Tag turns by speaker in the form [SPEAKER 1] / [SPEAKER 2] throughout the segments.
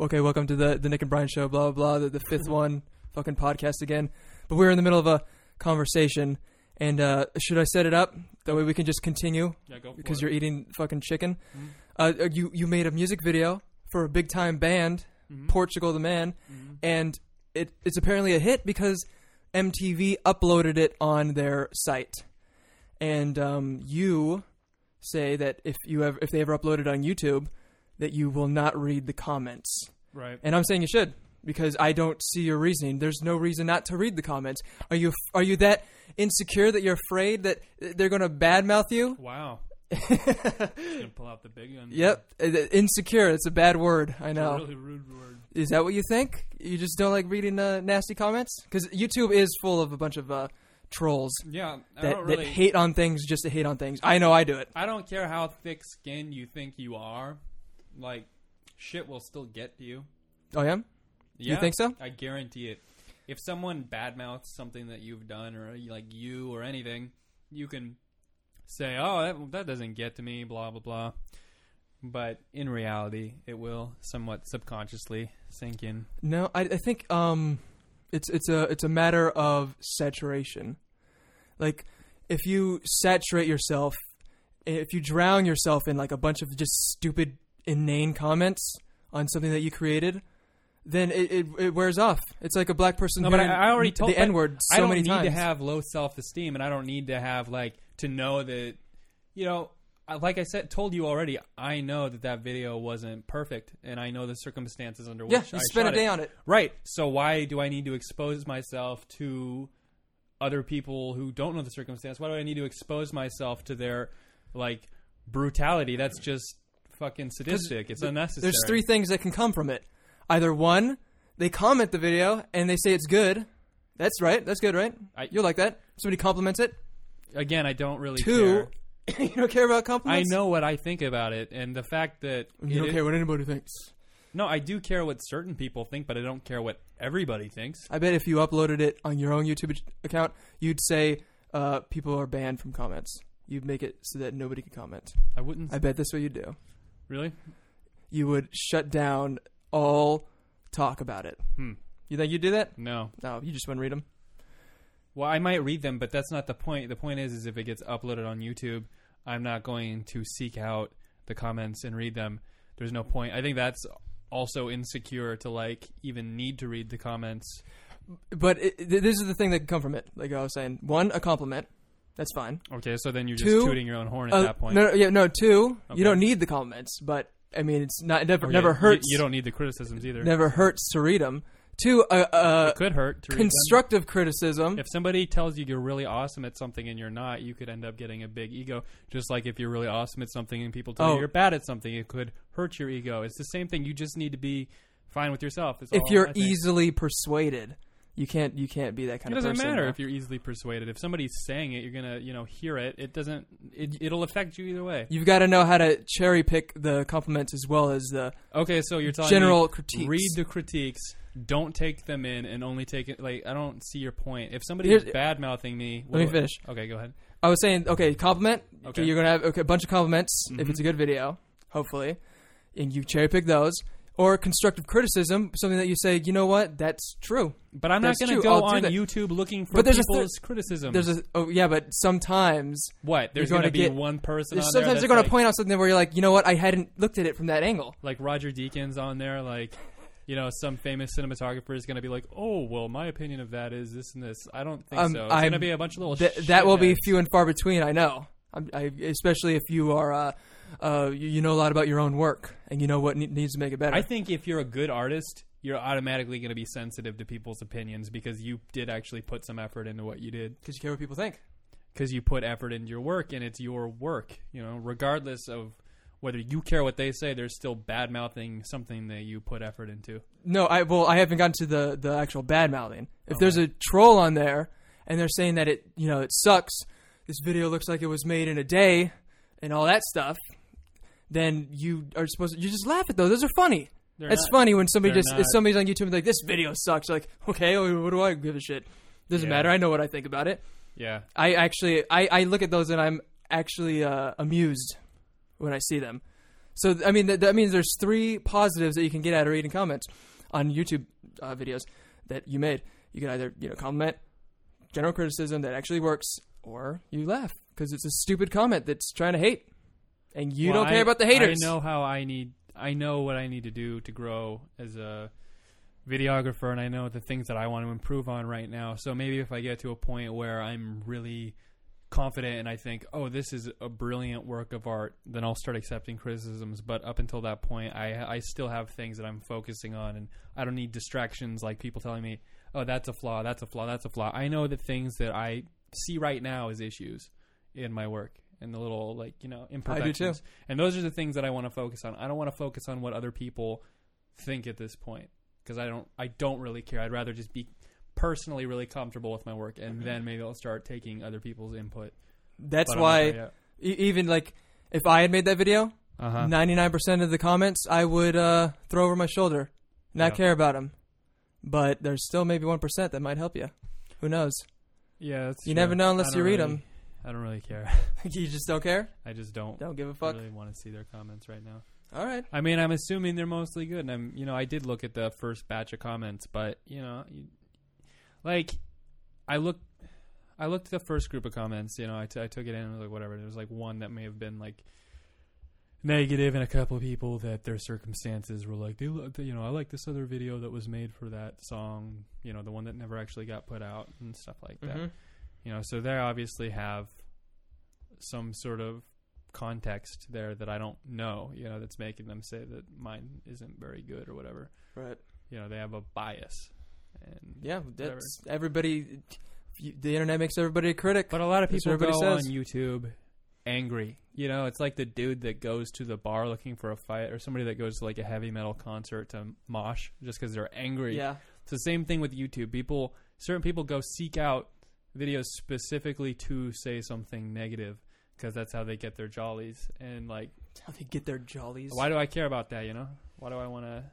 [SPEAKER 1] okay, welcome to the the Nick and Brian show, blah blah blah, the, the fifth one, fucking podcast again. But we were in the middle of a conversation, and uh, should I set it up that way we can just continue
[SPEAKER 2] Yeah, go for
[SPEAKER 1] because
[SPEAKER 2] it.
[SPEAKER 1] you're eating fucking chicken? Uh, you you made a music video for a big time band,
[SPEAKER 2] Mm-hmm,
[SPEAKER 1] Portugal the Man, and it it's apparently a hit because MTV uploaded it on their site, and um, you say that if you ever if they ever upload it on YouTube, that you will not read the comments.
[SPEAKER 2] right.
[SPEAKER 1] And I'm saying you should because I don't see your reasoning. There's no reason not to read the comments. Are you are you that insecure that you're afraid that they're going to badmouth you?
[SPEAKER 2] Wow. Just gonna pull out the big one.
[SPEAKER 1] Yep, Uh, insecure. It's a bad word. I
[SPEAKER 2] It's a
[SPEAKER 1] know.
[SPEAKER 2] really rude word.
[SPEAKER 1] Is that what you think? You just don't like reading uh, nasty comments because YouTube is full of a bunch of uh, trolls
[SPEAKER 2] Yeah, I
[SPEAKER 1] that,
[SPEAKER 2] don't
[SPEAKER 1] that
[SPEAKER 2] really.
[SPEAKER 1] hate on things just to hate on things. I know I do it.
[SPEAKER 2] I don't care how thick skinned you think you are. Like, shit will still get to you.
[SPEAKER 1] Oh yeah.
[SPEAKER 2] Yeah,
[SPEAKER 1] think so?
[SPEAKER 2] I guarantee it. If someone badmouths something that you've done or like you or anything, you can say, "Oh, that, that doesn't get to me," blah blah blah. But in reality, it will somewhat subconsciously sink in.
[SPEAKER 1] No, I, I think um, it's it's a it's a matter of saturation. Like if you saturate yourself, if you drown yourself in like a bunch of just stupid, inane comments on something that you created, then it, it, it wears off. It's like a black person.
[SPEAKER 2] No, but
[SPEAKER 1] hearing
[SPEAKER 2] I, I already told
[SPEAKER 1] the
[SPEAKER 2] but
[SPEAKER 1] N word so
[SPEAKER 2] I don't
[SPEAKER 1] many
[SPEAKER 2] need
[SPEAKER 1] times.
[SPEAKER 2] to have low self esteem, and I don't need to have like to know that, you know, I- like I said, told you already. I know that that video wasn't perfect, and I know the circumstances under which
[SPEAKER 1] yeah,
[SPEAKER 2] I
[SPEAKER 1] you spent a
[SPEAKER 2] shot
[SPEAKER 1] day
[SPEAKER 2] it.
[SPEAKER 1] on it.
[SPEAKER 2] Right. So why do I need to expose myself to other people who don't know the circumstance? Why do I need to expose myself to their like brutality? That's just fucking sadistic. It's unnecessary.
[SPEAKER 1] There's three things that can come from it. Either one, they comment the video and they say it's good. That's right. That's good, right?
[SPEAKER 2] I-
[SPEAKER 1] You'll like that. Somebody compliments it.
[SPEAKER 2] Again, I don't really
[SPEAKER 1] Two,
[SPEAKER 2] care.
[SPEAKER 1] you don't care about
[SPEAKER 2] I
[SPEAKER 1] compliments.
[SPEAKER 2] know what I think about it, and the fact that
[SPEAKER 1] You
[SPEAKER 2] it
[SPEAKER 1] don't
[SPEAKER 2] is-
[SPEAKER 1] care what anybody thinks.
[SPEAKER 2] no, I do care what certain people think, but I don't care what everybody thinks.
[SPEAKER 1] I bet if you uploaded it on your own YouTube account, you'd say uh, people are banned from comments. You'd make it so that nobody could comment.
[SPEAKER 2] I wouldn't
[SPEAKER 1] I bet that's what you'd do.
[SPEAKER 2] really.
[SPEAKER 1] You would shut down all talk about it.
[SPEAKER 2] Hmm.
[SPEAKER 1] You think you'd do that?
[SPEAKER 2] No.
[SPEAKER 1] No, you just wouldn't read them.
[SPEAKER 2] Well, I might read them, but that's not the point. The point is, is if it gets uploaded on YouTube, I'm not going to seek out the comments and read them. There's no point. I think that's also insecure to like even need to read the comments.
[SPEAKER 1] But it, th- this is the thing that can come from it. Like I was saying, one, a compliment. That's fine.
[SPEAKER 2] Okay, so then you're just
[SPEAKER 1] Two,
[SPEAKER 2] tooting your own horn at
[SPEAKER 1] Uh,
[SPEAKER 2] that point.
[SPEAKER 1] No, no, yeah, no. Two,
[SPEAKER 2] Okay.
[SPEAKER 1] you don't need the comments, but I mean, it's not. It never,
[SPEAKER 2] Okay,
[SPEAKER 1] never
[SPEAKER 2] you-
[SPEAKER 1] hurts.
[SPEAKER 2] You, don't need the criticisms either.
[SPEAKER 1] never hurts to read them. Two, uh, uh,
[SPEAKER 2] It could hurt to read them.
[SPEAKER 1] constructive criticism.
[SPEAKER 2] If somebody tells you you're really awesome at something and you're not, you could end up getting a big ego. Just like if you're really awesome at something and people tell
[SPEAKER 1] Oh.
[SPEAKER 2] you you're bad at something, it could hurt your ego. It's the same thing. You just need to be fine with yourself. That's
[SPEAKER 1] if
[SPEAKER 2] all
[SPEAKER 1] you're
[SPEAKER 2] I think.
[SPEAKER 1] easily persuaded, you can't you can't be that kind
[SPEAKER 2] It
[SPEAKER 1] of
[SPEAKER 2] doesn't
[SPEAKER 1] person.
[SPEAKER 2] matter
[SPEAKER 1] though.
[SPEAKER 2] if you're easily persuaded. If somebody's saying it, you're gonna, you know, hear it. It doesn't. It, it'll affect you either way.
[SPEAKER 1] You've got to know how to cherry pick the compliments as well as the
[SPEAKER 2] Okay, so you're telling
[SPEAKER 1] general
[SPEAKER 2] me,
[SPEAKER 1] critiques.
[SPEAKER 2] read the critiques, don't take them in, and only take it. Like I don't see your point. If somebody's
[SPEAKER 1] Here's-
[SPEAKER 2] bad mouthing me, what
[SPEAKER 1] Let me
[SPEAKER 2] do I-
[SPEAKER 1] finish.
[SPEAKER 2] Okay, go ahead.
[SPEAKER 1] I was saying, okay, compliment. Okay,
[SPEAKER 2] Okay. Mm-hmm.
[SPEAKER 1] you're gonna have okay, a bunch of compliments if it's a good video, hopefully, and you cherry pick those. Or constructive criticism, something that you say, you know what, that's true.
[SPEAKER 2] But I'm
[SPEAKER 1] That's
[SPEAKER 2] not going
[SPEAKER 1] true.
[SPEAKER 2] to go
[SPEAKER 1] I'll do
[SPEAKER 2] on
[SPEAKER 1] that.
[SPEAKER 2] YouTube looking for
[SPEAKER 1] But there's a thir-
[SPEAKER 2] people's criticism.
[SPEAKER 1] There's a oh yeah, but sometimes
[SPEAKER 2] what? There's
[SPEAKER 1] you're
[SPEAKER 2] going
[SPEAKER 1] gonna
[SPEAKER 2] to be
[SPEAKER 1] get-
[SPEAKER 2] one person.
[SPEAKER 1] there's
[SPEAKER 2] on there
[SPEAKER 1] sometimes
[SPEAKER 2] that's
[SPEAKER 1] they're gonna
[SPEAKER 2] like,
[SPEAKER 1] point out something where you're like, you know what, I hadn't looked at it from that angle.
[SPEAKER 2] like Roger Deakins on there, like you know, some famous cinematographer is going to be like, "Oh, well, my opinion of that is this and this." I don't think
[SPEAKER 1] Um,
[SPEAKER 2] so. It's going to
[SPEAKER 1] I'm-
[SPEAKER 2] be a bunch of little.
[SPEAKER 1] Th- that will be
[SPEAKER 2] shitheads.
[SPEAKER 1] few and far between. I know, I'm, I, especially if you are, uh, uh, you, you know a lot about your own work and you know what ne- needs to make it better.
[SPEAKER 2] I think if you're a good artist, you're automatically going to be sensitive to people's opinions because you did actually put some effort into what you did
[SPEAKER 1] Because you care what people think.
[SPEAKER 2] because you put effort into your work and it's your work. You know, regardless of whether you care what they say, they're still bad mouthing something that you put effort into.
[SPEAKER 1] No, I well, I haven't gotten to the the actual bad mouthing.
[SPEAKER 2] Oh,
[SPEAKER 1] If there's a troll on there and they're saying that it, you know, it sucks. This video looks like it was made in a day, and all that stuff. Then you are supposed to, you just laugh at those. Those are funny.
[SPEAKER 2] They're
[SPEAKER 1] It's
[SPEAKER 2] not-
[SPEAKER 1] funny when somebody
[SPEAKER 2] they're
[SPEAKER 1] just if
[SPEAKER 2] not.
[SPEAKER 1] somebody's on YouTube and they're like this video sucks. You're like okay, well, what do I give a shit? Doesn't
[SPEAKER 2] Yeah.
[SPEAKER 1] matter. I know what I think about it.
[SPEAKER 2] Yeah.
[SPEAKER 1] I actually I, I look at those and I'm actually uh, amused when I see them. So th- I mean, that, that means there's three positives that you can get out of reading comments on YouTube uh, videos that you made. You can either you know comment general criticism that actually works, or you laugh because it's a stupid comment that's trying to hate, and you
[SPEAKER 2] Well,
[SPEAKER 1] don't care
[SPEAKER 2] I-
[SPEAKER 1] about the haters.
[SPEAKER 2] I know how I need. I know what I need to do to grow as a videographer, and I know the things that I want to improve on right now. So maybe if I get to a point where I'm really confident and I think, "Oh, this is a brilliant work of art," then I'll start accepting criticisms. But up until that point, I I still have things that I'm focusing on, and I don't need distractions like people telling me, "Oh, that's a flaw. That's a flaw. That's a flaw." I know the things that I see right now as issues in my work and the little like you know imperfections. And those are the things that I want to focus on. I don't want to focus on what other people think at this point because I don't I don't really care. I'd rather just be personally really comfortable with my work and then maybe I'll start taking other peopel's input.
[SPEAKER 1] That's
[SPEAKER 2] But I'm not
[SPEAKER 1] why
[SPEAKER 2] there yet.
[SPEAKER 1] e- even like if I had made that video,
[SPEAKER 2] uh-huh.
[SPEAKER 1] 99% of the comments I would uh, throw over my shoulder, not
[SPEAKER 2] Yeah.
[SPEAKER 1] care about them. But there's still maybe 1% that might help you. Who knows?
[SPEAKER 2] Yeah, that's
[SPEAKER 1] You
[SPEAKER 2] true.
[SPEAKER 1] never know unless
[SPEAKER 2] I
[SPEAKER 1] you
[SPEAKER 2] don't
[SPEAKER 1] read
[SPEAKER 2] really-
[SPEAKER 1] 'em.
[SPEAKER 2] I don't really care.
[SPEAKER 1] you just don't care?
[SPEAKER 2] I just don't
[SPEAKER 1] Don't give a fuck.
[SPEAKER 2] really want to see their comments right now.
[SPEAKER 1] All right.
[SPEAKER 2] I mean, I'm assuming they're mostly good. And I'm, you know, I did look at the first batch of comments, but you know, you, like I looked, I looked at the first group of comments. You know, I, t- I took it in and was like, whatever. There was like one that may have been like negative, and a couple of people that their circumstances were like, they, lo- they- you know, I like this other video that was made for that song. You know, the one that never actually got put out and stuff like that
[SPEAKER 1] Mhm.
[SPEAKER 2] you know so they obviously have some sort of context there that i don't know you know that's making them say that mine isn't very good or whatever
[SPEAKER 1] Right.
[SPEAKER 2] you know they have a bias and
[SPEAKER 1] Yeah, that's everybody. you- The internet makes everybody a critic.
[SPEAKER 2] but a lot of
[SPEAKER 1] That's
[SPEAKER 2] people
[SPEAKER 1] what
[SPEAKER 2] go
[SPEAKER 1] everybody
[SPEAKER 2] on
[SPEAKER 1] says.
[SPEAKER 2] youtube angry you know it's like the dude that goes to the bar looking for a fight or somebody that goes to like a heavy metal concert to mosh just because they're angry
[SPEAKER 1] Yeah.
[SPEAKER 2] It's the same thing with YouTube. People, certain people go seek out videos specifically to say something negative because that's how they get their jollies. And like,
[SPEAKER 1] How they get their jollies.
[SPEAKER 2] why do I care about that? You know, why do I want to?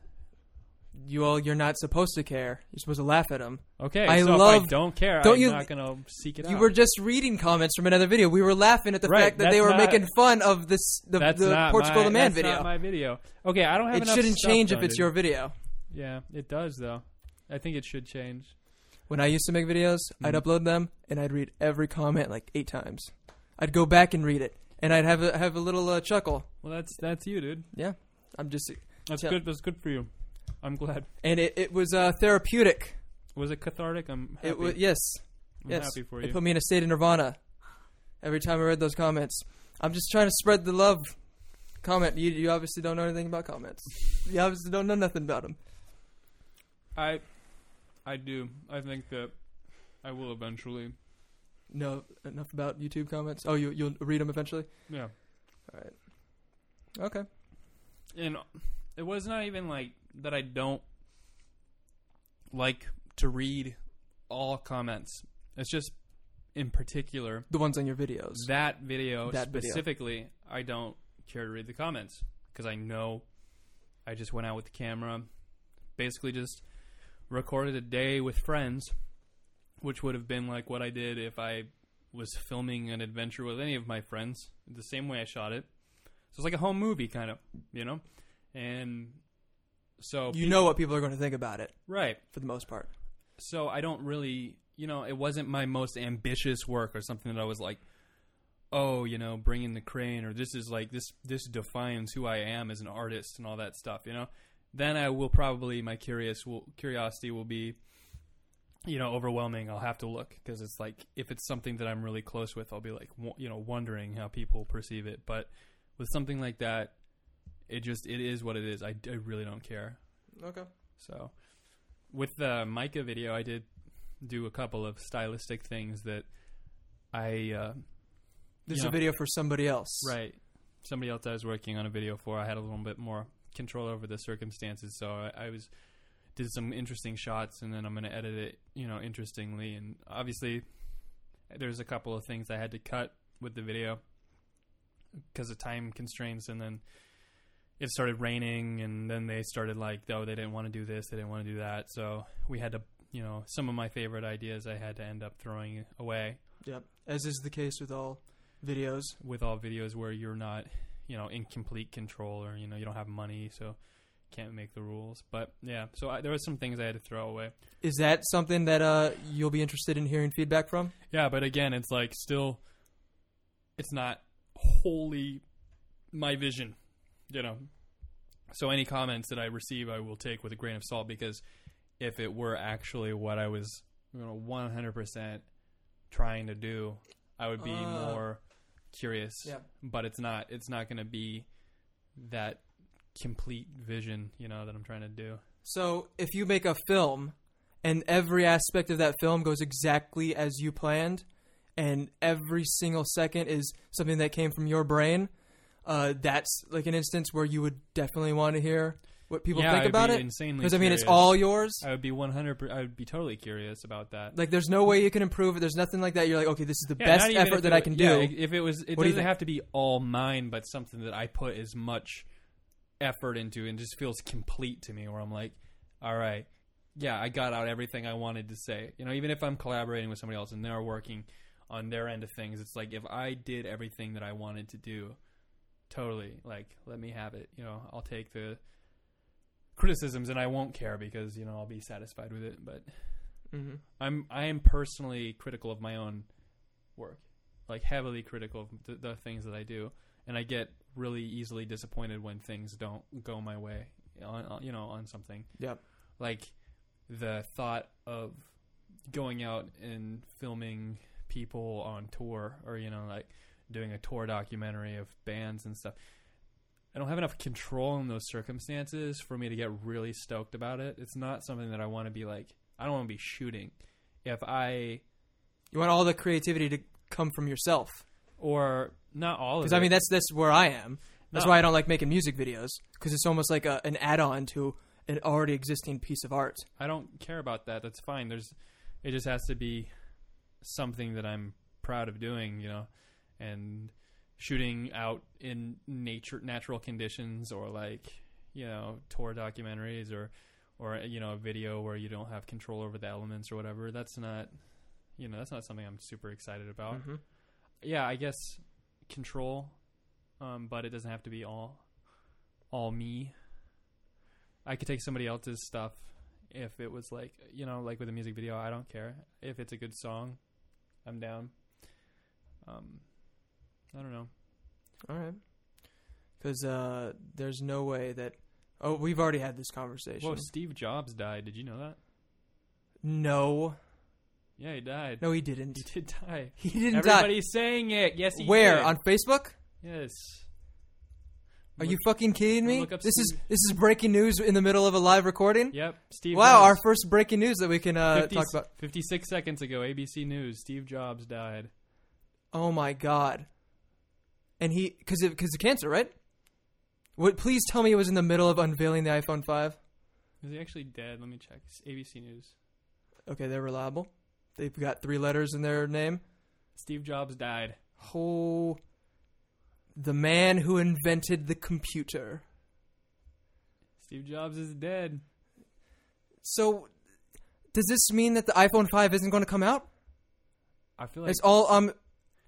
[SPEAKER 1] You all, you're not supposed to care. You're supposed to laugh at them.
[SPEAKER 2] Okay,
[SPEAKER 1] I
[SPEAKER 2] so if I
[SPEAKER 1] love-
[SPEAKER 2] don't care,
[SPEAKER 1] don't
[SPEAKER 2] I'm
[SPEAKER 1] you-
[SPEAKER 2] not gonna seek it
[SPEAKER 1] You
[SPEAKER 2] out.
[SPEAKER 1] were just reading comments from another video. We were laughing at the
[SPEAKER 2] Right,
[SPEAKER 1] fact that they
[SPEAKER 2] that's
[SPEAKER 1] were
[SPEAKER 2] not-
[SPEAKER 1] making fun of this the,
[SPEAKER 2] that's
[SPEAKER 1] the
[SPEAKER 2] not
[SPEAKER 1] Portugal
[SPEAKER 2] my,
[SPEAKER 1] the Man
[SPEAKER 2] that's
[SPEAKER 1] video.
[SPEAKER 2] Not my video. Okay, I don't have
[SPEAKER 1] it
[SPEAKER 2] enough
[SPEAKER 1] shouldn't
[SPEAKER 2] stuff
[SPEAKER 1] change if
[SPEAKER 2] done
[SPEAKER 1] it's
[SPEAKER 2] to-
[SPEAKER 1] your video.
[SPEAKER 2] Yeah, it does though. I think it should change.
[SPEAKER 1] When I used to make videos, I'd
[SPEAKER 2] Mhm.
[SPEAKER 1] upload them and I'd read every comment like eight times. I'd go back and read it, and I'd have a, have a little uh, chuckle.
[SPEAKER 2] Well, that's that's you, dude.
[SPEAKER 1] I'm just,
[SPEAKER 2] That's
[SPEAKER 1] Yeah.
[SPEAKER 2] good. That's good for you. I'm glad.
[SPEAKER 1] and it, it was uh, therapeutic.
[SPEAKER 2] Was it cathartic? I'm happy.
[SPEAKER 1] It was yes,
[SPEAKER 2] I'm
[SPEAKER 1] yes.
[SPEAKER 2] happy for you.
[SPEAKER 1] It put me in a state of nirvana. Every time I read those comments, I'm just trying to spread the love. Comment. You you obviously don't know anything about comments. You obviously don't know nothing about them.
[SPEAKER 2] I, I do. I think that I will eventually.
[SPEAKER 1] No enough about YouTube comments. Oh, you you'll read them eventually.
[SPEAKER 2] Yeah,
[SPEAKER 1] Okay.
[SPEAKER 2] and it was not even like that. I don't like to read all comments. It's just in particular
[SPEAKER 1] The ones on your videos.
[SPEAKER 2] that video
[SPEAKER 1] That video.
[SPEAKER 2] specifically. I don't care to read the comments because I know I just went out with the camera, basically just recorded a day with friends, which would have been like what I did if I was filming an adventure with any of my friends, the same way I shot it. So it's like a home movie kind of, you know? And so
[SPEAKER 1] you know what people are going to think about it
[SPEAKER 2] right.
[SPEAKER 1] for the most part.
[SPEAKER 2] So I don't really, you know, it wasn't my most ambitious work or something that I was like, oh, you know, bringing the crane or this is like this this defines who I am as an artist and all that stuff, you know. Then I will probably my curious will, curiosity will be you know, overwhelming. I'll have to look because it's like if it's something that I'm really close with, I'll be like, wo- you know, wondering how people perceive it. But with something like that, it just it is what it is. I, I really don't care.
[SPEAKER 1] Okay.
[SPEAKER 2] So, with the Micah video, I did do a couple of stylistic things that I uh,
[SPEAKER 1] This is
[SPEAKER 2] Yeah.
[SPEAKER 1] a video for somebody else.
[SPEAKER 2] right somebody else I was working on a video for. I had a little bit more control over the circumstances, so I, I was did some interesting shots, and then I'm going to edit it, you know, interestingly. And obviously, there's a couple of things I had to cut with the video because of time constraints, and then it started raining, and then they started like, oh, they didn't want to do this, they didn't want to do that, so we had to. You know, some of my favorite ideas I had to end up throwing away
[SPEAKER 1] Yep. As is the case with all videos.
[SPEAKER 2] with all videos where you're not you know in complete control or you know you don't have money so can't make the rules. But yeah, so I, there was some things I had to throw away.
[SPEAKER 1] Is that something that uh, you'll be interested in hearing feedback from?
[SPEAKER 2] Yeah, but again, it's like still, it's not wholly my vision, you know. So any comments that I receive, I will take with a grain of salt because if it were actually what I was, you know, one hundred percent trying to do, I would be
[SPEAKER 1] Uh,
[SPEAKER 2] more curious.
[SPEAKER 1] yep.
[SPEAKER 2] But it's not. It's not going to be that complete vision, you know, that I'm trying to do.
[SPEAKER 1] So if you make a film and every aspect of that film goes exactly as you planned, and every single second is something that came from your brain, uh, that's like an instance where you would definitely want to hear what people
[SPEAKER 2] Yeah,
[SPEAKER 1] think
[SPEAKER 2] I'd
[SPEAKER 1] about
[SPEAKER 2] be
[SPEAKER 1] it.
[SPEAKER 2] Insanely,
[SPEAKER 1] Because I mean, it's
[SPEAKER 2] curious.
[SPEAKER 1] all yours.
[SPEAKER 2] I would be 100. per- I would be totally curious about that.
[SPEAKER 1] Like, there's no way you can improve it. There's nothing like that. You're like, okay, this is the
[SPEAKER 2] Yeah, not
[SPEAKER 1] best
[SPEAKER 2] even
[SPEAKER 1] effort
[SPEAKER 2] if
[SPEAKER 1] that
[SPEAKER 2] it-
[SPEAKER 1] I can
[SPEAKER 2] yeah,
[SPEAKER 1] do.
[SPEAKER 2] If it was, it
[SPEAKER 1] What do you
[SPEAKER 2] doesn't
[SPEAKER 1] think?
[SPEAKER 2] have to be all mine, but something that I put as much effort into and just feels complete to me. Where I'm like, all right, yeah, I got out everything I wanted to say. You know, even if I'm collaborating with somebody else and they're working on their end of things, it's like if I did everything that I wanted to do, totally. Like, let me have it. You know, I'll take the criticisms and I won't care because you know I'll be satisfied with it. But
[SPEAKER 1] hmm
[SPEAKER 2] I'm I am personally critical of my own work, like heavily critical of the, the things that I do, and I get really easily disappointed when things don't go my way on, on you know on something.
[SPEAKER 1] Yep.
[SPEAKER 2] Like the thought of going out and filming people on tour, or you know, like doing a tour documentary of bands and stuff. I don't have enough control in those circumstances for me to get really stoked about it. It's not something that I want to be like. I don't want to be shooting. If I
[SPEAKER 1] You want all the creativity to come from yourself.
[SPEAKER 2] or not all of
[SPEAKER 1] Because I mean, that's that's where I am. That's
[SPEAKER 2] No.
[SPEAKER 1] why I don't like making music videos. Because it's almost like a, an add-on to an already existing piece of art.
[SPEAKER 2] I don't care about that. That's fine. There's, it just has to be something that I'm proud of doing, you know, and shooting out in nature, natural conditions, or like you know, tour documentaries, or or you know, a video where you don't have control over the elements or whatever. That's not, you know, that's not something I'm super excited about.
[SPEAKER 1] Mhm.
[SPEAKER 2] Yeah, I guess control, um, but it doesn't have to be all all me. I could take somebody else's stuff if it was like you know like with a music video i don't care if it's a good song i'm down um i don't know
[SPEAKER 1] All right. Because uh, there's no way that. Oh, we've already had this conversation.
[SPEAKER 2] whoa steve jobs died did you know that
[SPEAKER 1] No,
[SPEAKER 2] yeah he died
[SPEAKER 1] no, he
[SPEAKER 2] he
[SPEAKER 1] didn't.
[SPEAKER 2] did die
[SPEAKER 1] He didn't
[SPEAKER 2] everybody's saying it yes
[SPEAKER 1] die.
[SPEAKER 2] he
[SPEAKER 1] Where
[SPEAKER 2] did.
[SPEAKER 1] on Facebook?
[SPEAKER 2] yes
[SPEAKER 1] Are
[SPEAKER 2] Look-
[SPEAKER 1] you fucking kidding me?
[SPEAKER 2] Look up
[SPEAKER 1] This is
[SPEAKER 2] Steve-
[SPEAKER 1] this is breaking news in the middle of a live recording.
[SPEAKER 2] yep steve
[SPEAKER 1] Wow, our
[SPEAKER 2] jobs.
[SPEAKER 1] first breaking news that we can uh,
[SPEAKER 2] 50
[SPEAKER 1] talk about.
[SPEAKER 2] 56 seconds ago abc news steve jobs died
[SPEAKER 1] Oh my god. And he because because of cancer, right? What? Please tell me it was in the middle of unveiling the iPhone five.
[SPEAKER 2] is he actually dead let me check It's abc news
[SPEAKER 1] Okay, they're reliable. They've got three letters in their name.
[SPEAKER 2] steve jobs died
[SPEAKER 1] Oh, the man who invented the computer.
[SPEAKER 2] steve jobs is dead
[SPEAKER 1] So, does this mean that the iPhone five isn't going to come out?
[SPEAKER 2] i feel like
[SPEAKER 1] it's all I'm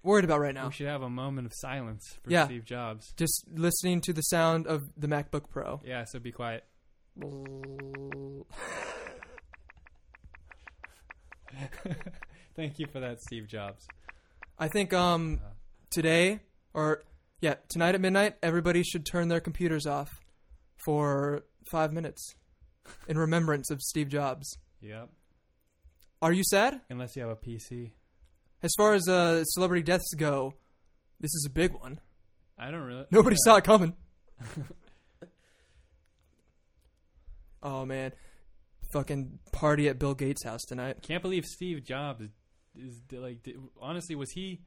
[SPEAKER 1] worried about right now.
[SPEAKER 2] we should have a moment of silence for
[SPEAKER 1] Yeah.
[SPEAKER 2] steve jobs
[SPEAKER 1] Just listening to the sound of the MacBook Pro.
[SPEAKER 2] Yeah, so be quiet. Thank you for that, Steve Jobs.
[SPEAKER 1] I think um today or yeah tonight at midnight everybody should turn their computers off for five minutes in remembrance of Steve Jobs.
[SPEAKER 2] Yep.
[SPEAKER 1] Are you sad?
[SPEAKER 2] Unless you have a PC.
[SPEAKER 1] As far as uh, celebrity deaths go, this is a big one.
[SPEAKER 2] I don't really.
[SPEAKER 1] Nobody saw it coming. oh man, fucking party at Bill Gates' house tonight.
[SPEAKER 2] Can't believe Steve Jobs is like. di- Honestly, was he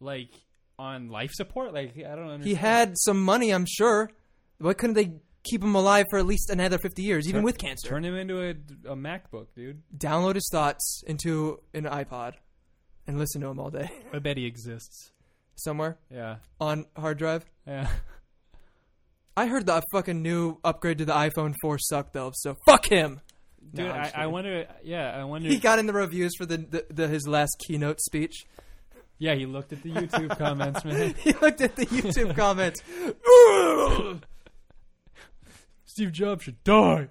[SPEAKER 2] like on life support? Like I don't understand.
[SPEAKER 1] He had some money, I'm sure. Why couldn't they keep him alive for at least another 50 years, even
[SPEAKER 2] Turn-
[SPEAKER 1] with cancer?
[SPEAKER 2] Turn him into a, a MacBook, dude.
[SPEAKER 1] download his thoughts into an iPod and listen to him all day
[SPEAKER 2] I bet he exists.
[SPEAKER 1] somewhere
[SPEAKER 2] Yeah.
[SPEAKER 1] on hard drive.
[SPEAKER 2] Yeah.
[SPEAKER 1] I heard the fucking new upgrade to the iPhone 4 sucked though, so fuck him.
[SPEAKER 2] Dude,
[SPEAKER 1] I'm
[SPEAKER 2] I,
[SPEAKER 1] just
[SPEAKER 2] I
[SPEAKER 1] kidding.
[SPEAKER 2] wonder. Yeah, I wonder.
[SPEAKER 1] He got in the reviews for the, the, the his last keynote speech.
[SPEAKER 2] Yeah, he looked at the YouTube comments, man.
[SPEAKER 1] he looked at the YouTube comments.
[SPEAKER 2] Steve Jobs should die.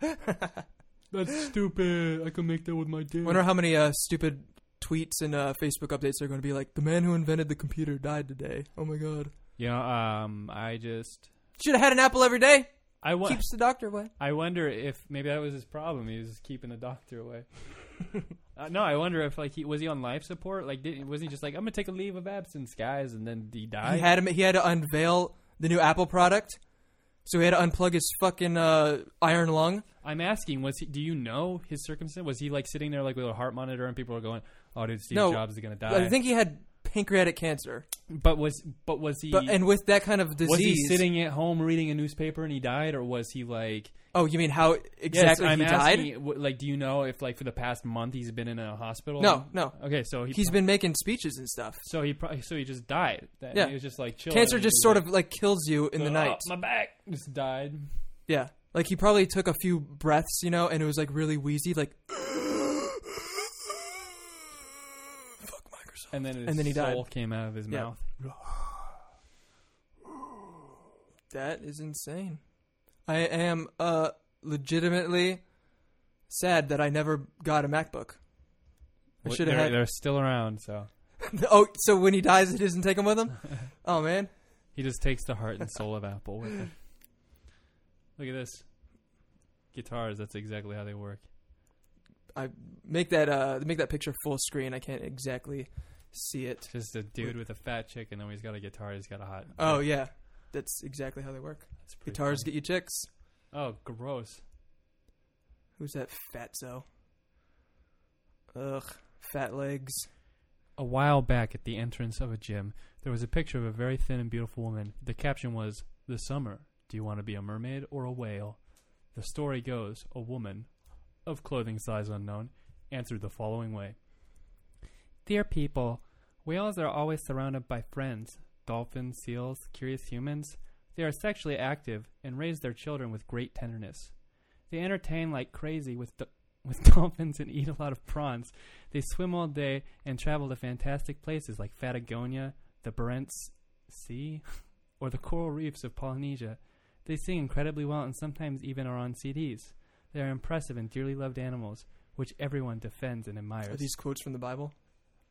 [SPEAKER 2] That's stupid. I could make that with my dick.
[SPEAKER 1] Wonder how many uh, stupid tweets and uh, Facebook updates are going to be like. The man who invented the computer died today. Oh my god.
[SPEAKER 2] you know, um, I just,
[SPEAKER 1] Should have had an apple every day.
[SPEAKER 2] I wa-
[SPEAKER 1] Keeps the doctor away.
[SPEAKER 2] I wonder if maybe that was his problem. He was just keeping the doctor away. uh, no, I wonder if like he was he on life support. Like, did, was he just like I'm gonna take a leave of absence, guys, and then he died?
[SPEAKER 1] he had him. He had to unveil the new Apple product, so he had to unplug his fucking uh, iron lung.
[SPEAKER 2] I'm asking, was he? Do you know his circumstance? Was he like sitting there like with a heart monitor, and people are going, "Oh, dude, Steve
[SPEAKER 1] No,
[SPEAKER 2] Jobs is gonna die."
[SPEAKER 1] I think he had pancreatic cancer,
[SPEAKER 2] but was but was he?
[SPEAKER 1] but and with that kind of disease,
[SPEAKER 2] was he sitting at home reading a newspaper and he died, or was he like
[SPEAKER 1] Oh, you mean how
[SPEAKER 2] Yes,
[SPEAKER 1] exactly
[SPEAKER 2] I'm
[SPEAKER 1] he
[SPEAKER 2] asking,
[SPEAKER 1] died?
[SPEAKER 2] w- Like, do you know if like for the past month he's been in a hospital?
[SPEAKER 1] No, no.
[SPEAKER 2] Okay, so he
[SPEAKER 1] He's been making speeches and stuff.
[SPEAKER 2] So he probably so he just died. That,
[SPEAKER 1] Yeah.
[SPEAKER 2] he was just like chilling.
[SPEAKER 1] Cancer
[SPEAKER 2] and
[SPEAKER 1] just
[SPEAKER 2] he
[SPEAKER 1] sort
[SPEAKER 2] was
[SPEAKER 1] of like kills you in the
[SPEAKER 2] like,
[SPEAKER 1] night.
[SPEAKER 2] "Oh, my back just died.
[SPEAKER 1] Yeah. Like he probably took a few breaths, you know, and it was like really wheezy, like fuck Microsoft.
[SPEAKER 2] And then his
[SPEAKER 1] And then he
[SPEAKER 2] soul came out of his
[SPEAKER 1] Yeah.
[SPEAKER 2] mouth.
[SPEAKER 1] That is insane. I am uh legitimately sad that I never got a MacBook. I
[SPEAKER 2] Wh-
[SPEAKER 1] should
[SPEAKER 2] they're,
[SPEAKER 1] have had.
[SPEAKER 2] they're still around, so
[SPEAKER 1] Oh, so when he dies, he doesn't take him with him. Oh man,
[SPEAKER 2] he just takes the heart and soul of Apple with him. Look at this. Guitars, that's exactly how they work.
[SPEAKER 1] make that uh make that picture full screen. I can't exactly see it.
[SPEAKER 2] It's just a dude with a fat chick and then he's got a guitar, he's got a hot.
[SPEAKER 1] Oh yeah, that's exactly how they work.
[SPEAKER 2] That's pretty
[SPEAKER 1] Guitars
[SPEAKER 2] funny.
[SPEAKER 1] get you chicks.
[SPEAKER 2] Oh, gross.
[SPEAKER 1] Who's that fatso? Ugh, fat legs.
[SPEAKER 2] A while back at the entrance of a gym, there was a picture of a very thin and beautiful woman. The caption was, The summer. Do you want to be a mermaid or a whale? The story goes, a woman, of clothing size unknown, answered the following way Dear people, whales are always surrounded by friends dolphins, seals, curious humans. They are sexually active and raise their children with great tenderness. They entertain like crazy with, do- with dolphins and eat a lot of prawns. They swim all day and travel to fantastic places like Patagonia, the Barents Sea, or the coral reefs of Polynesia. They sing incredibly well and sometimes even are on CDs. They are impressive and dearly loved animals, which everyone defends and
[SPEAKER 1] Are
[SPEAKER 2] admires.
[SPEAKER 1] these quotes from the Bible?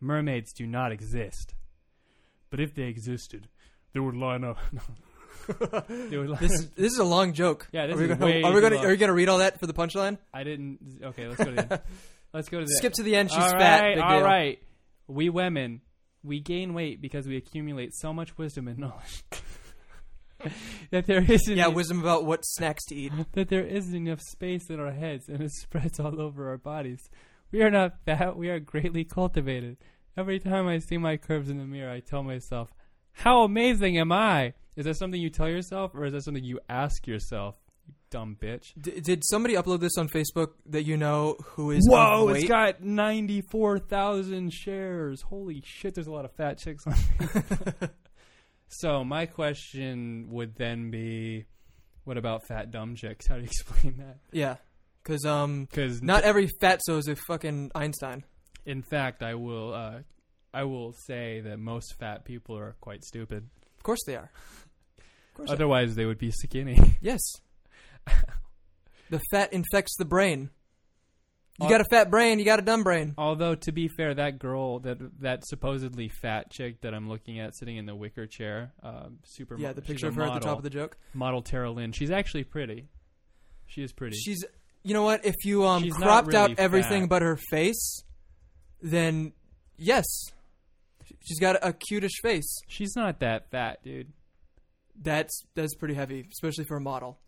[SPEAKER 2] Mermaids do not exist. But if they existed, they would line up. they would line
[SPEAKER 1] This this is a long joke.
[SPEAKER 2] Yeah, this
[SPEAKER 1] are we
[SPEAKER 2] is
[SPEAKER 1] gonna,
[SPEAKER 2] way
[SPEAKER 1] are we gonna
[SPEAKER 2] too long.
[SPEAKER 1] are you gonna read all that for the punchline?
[SPEAKER 2] I didn't. Okay, let's go to the. let's go to the.
[SPEAKER 1] Skip to the end. She's
[SPEAKER 2] All
[SPEAKER 1] fat.
[SPEAKER 2] right,
[SPEAKER 1] Big
[SPEAKER 2] all
[SPEAKER 1] deal.
[SPEAKER 2] right. We women, we gain weight because we accumulate so much wisdom and knowledge that there isn't
[SPEAKER 1] Yeah, wisdom about what snacks to eat.
[SPEAKER 2] that there isn't enough space in our heads and it spreads all over our bodies. We are not fat, we are greatly cultivated. Every time I see my curves in the mirror, I tell myself, How amazing am I? Is that something you tell yourself or is that something you ask yourself, you dumb bitch?
[SPEAKER 1] D- did somebody upload this on Facebook that you know who is?
[SPEAKER 2] Whoa,
[SPEAKER 1] overweight?
[SPEAKER 2] it's got 94,000 shares. Holy shit, there's a lot of fat chicks on there. So, my question would then be what about fat dumb chicks? How do you explain that?
[SPEAKER 1] yeah, because um,
[SPEAKER 2] Because
[SPEAKER 1] not every fatso is a fucking Einstein.
[SPEAKER 2] In fact, I will uh, I will say that most fat people are quite stupid.
[SPEAKER 1] Of course they are. Of course. they are.
[SPEAKER 2] Otherwise, they would be skinny.
[SPEAKER 1] Yes. the fat infects the brain. You
[SPEAKER 2] Al-
[SPEAKER 1] got a fat brain. You got a dumb brain.
[SPEAKER 2] Although to be fair, that girl that that supposedly fat chick that I'm looking at sitting in the wicker chair, um, super
[SPEAKER 1] Yeah, the picture of her at the top of the joke.
[SPEAKER 2] model Tara Lynn. She's actually pretty. She is pretty.
[SPEAKER 1] She's, you know what? If you um
[SPEAKER 2] She's not
[SPEAKER 1] cropped out
[SPEAKER 2] really
[SPEAKER 1] everything
[SPEAKER 2] fat.
[SPEAKER 1] but her face, then yes, she's got a cutish face.
[SPEAKER 2] She's not that fat, dude.
[SPEAKER 1] That's that's pretty heavy, especially for a model.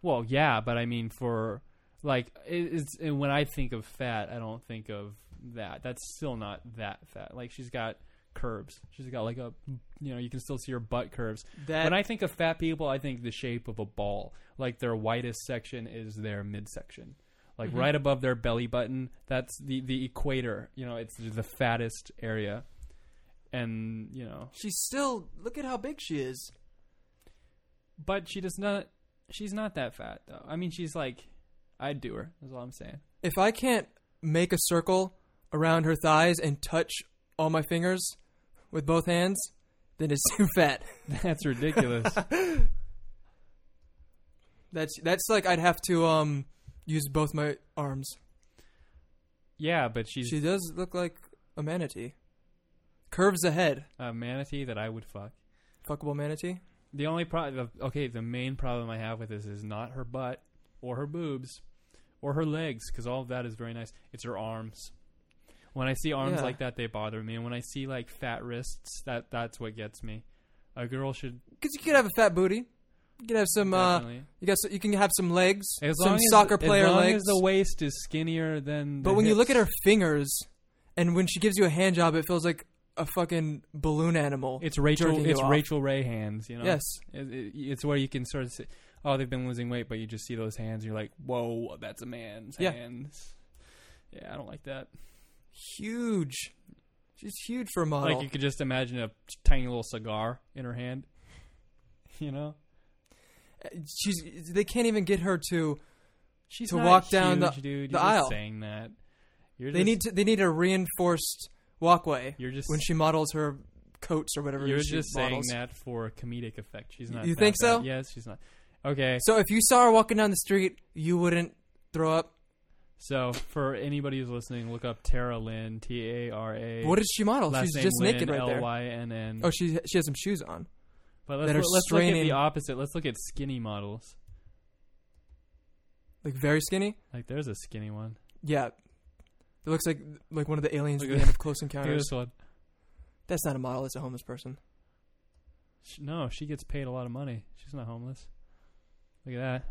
[SPEAKER 2] Well, yeah, but I mean for like it, it's and when I think of fat, I don't think of that. That's still not that fat. Like she's got curves. She's got like a you know, you can still see her butt curves.
[SPEAKER 1] That
[SPEAKER 2] when I think of fat people, I think the shape of a ball. Like their widest section is their midsection. Like right above their belly button, that's the the equator. You know, it's the fattest area. And, you know,
[SPEAKER 1] She's still look at how big she is.
[SPEAKER 2] but she does not she's not that fat though. I mean, she's like I'd do her. That's all I'm saying.
[SPEAKER 1] If I can't make a circle around her thighs and touch all my fingers with both hands, then it's too fat.
[SPEAKER 2] That's ridiculous.
[SPEAKER 1] That's that's like I'd have to um use both my arms.
[SPEAKER 2] yeah, but she's
[SPEAKER 1] She does look like a manatee. Curves ahead.
[SPEAKER 2] a manatee that I would fuck.
[SPEAKER 1] Fuckable manatee.
[SPEAKER 2] The only problem, okay, the main problem I have with this is not her butt or her boobs or her legs, because all of that is very nice. It's her arms. When I see arms
[SPEAKER 1] Yeah.
[SPEAKER 2] like that, they bother me, and when I see like fat wrists, that that's what gets me. A girl should
[SPEAKER 1] Cause you could have a fat booty. You could have some. Uh,
[SPEAKER 2] definitely.
[SPEAKER 1] you got. You can have some legs.
[SPEAKER 2] As
[SPEAKER 1] some
[SPEAKER 2] long as-
[SPEAKER 1] soccer player
[SPEAKER 2] as long
[SPEAKER 1] legs.
[SPEAKER 2] As the waist is skinnier than.
[SPEAKER 1] but
[SPEAKER 2] the
[SPEAKER 1] when you
[SPEAKER 2] hips-
[SPEAKER 1] look at her fingers, and when she gives you a hand job, it feels like a fucking balloon animal.
[SPEAKER 2] it's Rachel.
[SPEAKER 1] jerking you
[SPEAKER 2] It's
[SPEAKER 1] off.
[SPEAKER 2] Rachel Ray hands. You know.
[SPEAKER 1] Yes.
[SPEAKER 2] It, it- it's where you can sort of see, oh, they've been losing weight, but you just see those hands. You're like, whoa, that's a man's
[SPEAKER 1] Yeah.
[SPEAKER 2] hands. Yeah, I don't like that.
[SPEAKER 1] Huge. She's huge for a model.
[SPEAKER 2] Like you could just imagine a tiny little cigar in her hand. You know,
[SPEAKER 1] She's. They can't even get her to.
[SPEAKER 2] she's
[SPEAKER 1] To
[SPEAKER 2] not
[SPEAKER 1] walk down the-
[SPEAKER 2] huge, dude.
[SPEAKER 1] the
[SPEAKER 2] You're just
[SPEAKER 1] aisle.
[SPEAKER 2] saying that. You're
[SPEAKER 1] They
[SPEAKER 2] just,
[SPEAKER 1] need to. They need a reinforced walkway
[SPEAKER 2] You're just.
[SPEAKER 1] when she models her coats or whatever.
[SPEAKER 2] you're
[SPEAKER 1] she
[SPEAKER 2] just saying
[SPEAKER 1] models.
[SPEAKER 2] that for comedic effect. She's not.
[SPEAKER 1] You
[SPEAKER 2] that
[SPEAKER 1] think so?
[SPEAKER 2] bad. Yes, she's not. Okay,
[SPEAKER 1] So if you saw her walking down the street, you wouldn't throw up.
[SPEAKER 2] so for anybody who's listening, look up Tara Lynn. T A R A.
[SPEAKER 1] What did she model?
[SPEAKER 2] Last
[SPEAKER 1] She's
[SPEAKER 2] name
[SPEAKER 1] just
[SPEAKER 2] Lynn,
[SPEAKER 1] naked right there.
[SPEAKER 2] L-Y-N-N.
[SPEAKER 1] Oh, she she has some shoes on.
[SPEAKER 2] but let's,
[SPEAKER 1] that are
[SPEAKER 2] let's look at the
[SPEAKER 1] straining.
[SPEAKER 2] opposite. Let's look at skinny models.
[SPEAKER 1] Like very skinny.
[SPEAKER 2] Like there's a skinny one.
[SPEAKER 1] Yeah. It looks like like one of the aliens at
[SPEAKER 2] Look
[SPEAKER 1] the
[SPEAKER 2] at-
[SPEAKER 1] end of Close
[SPEAKER 2] Look at
[SPEAKER 1] Encounters.
[SPEAKER 2] this one.
[SPEAKER 1] That's not a model, that's a homeless person.
[SPEAKER 2] Sh- No, she gets paid a lot of money. She's not homeless. Look at that.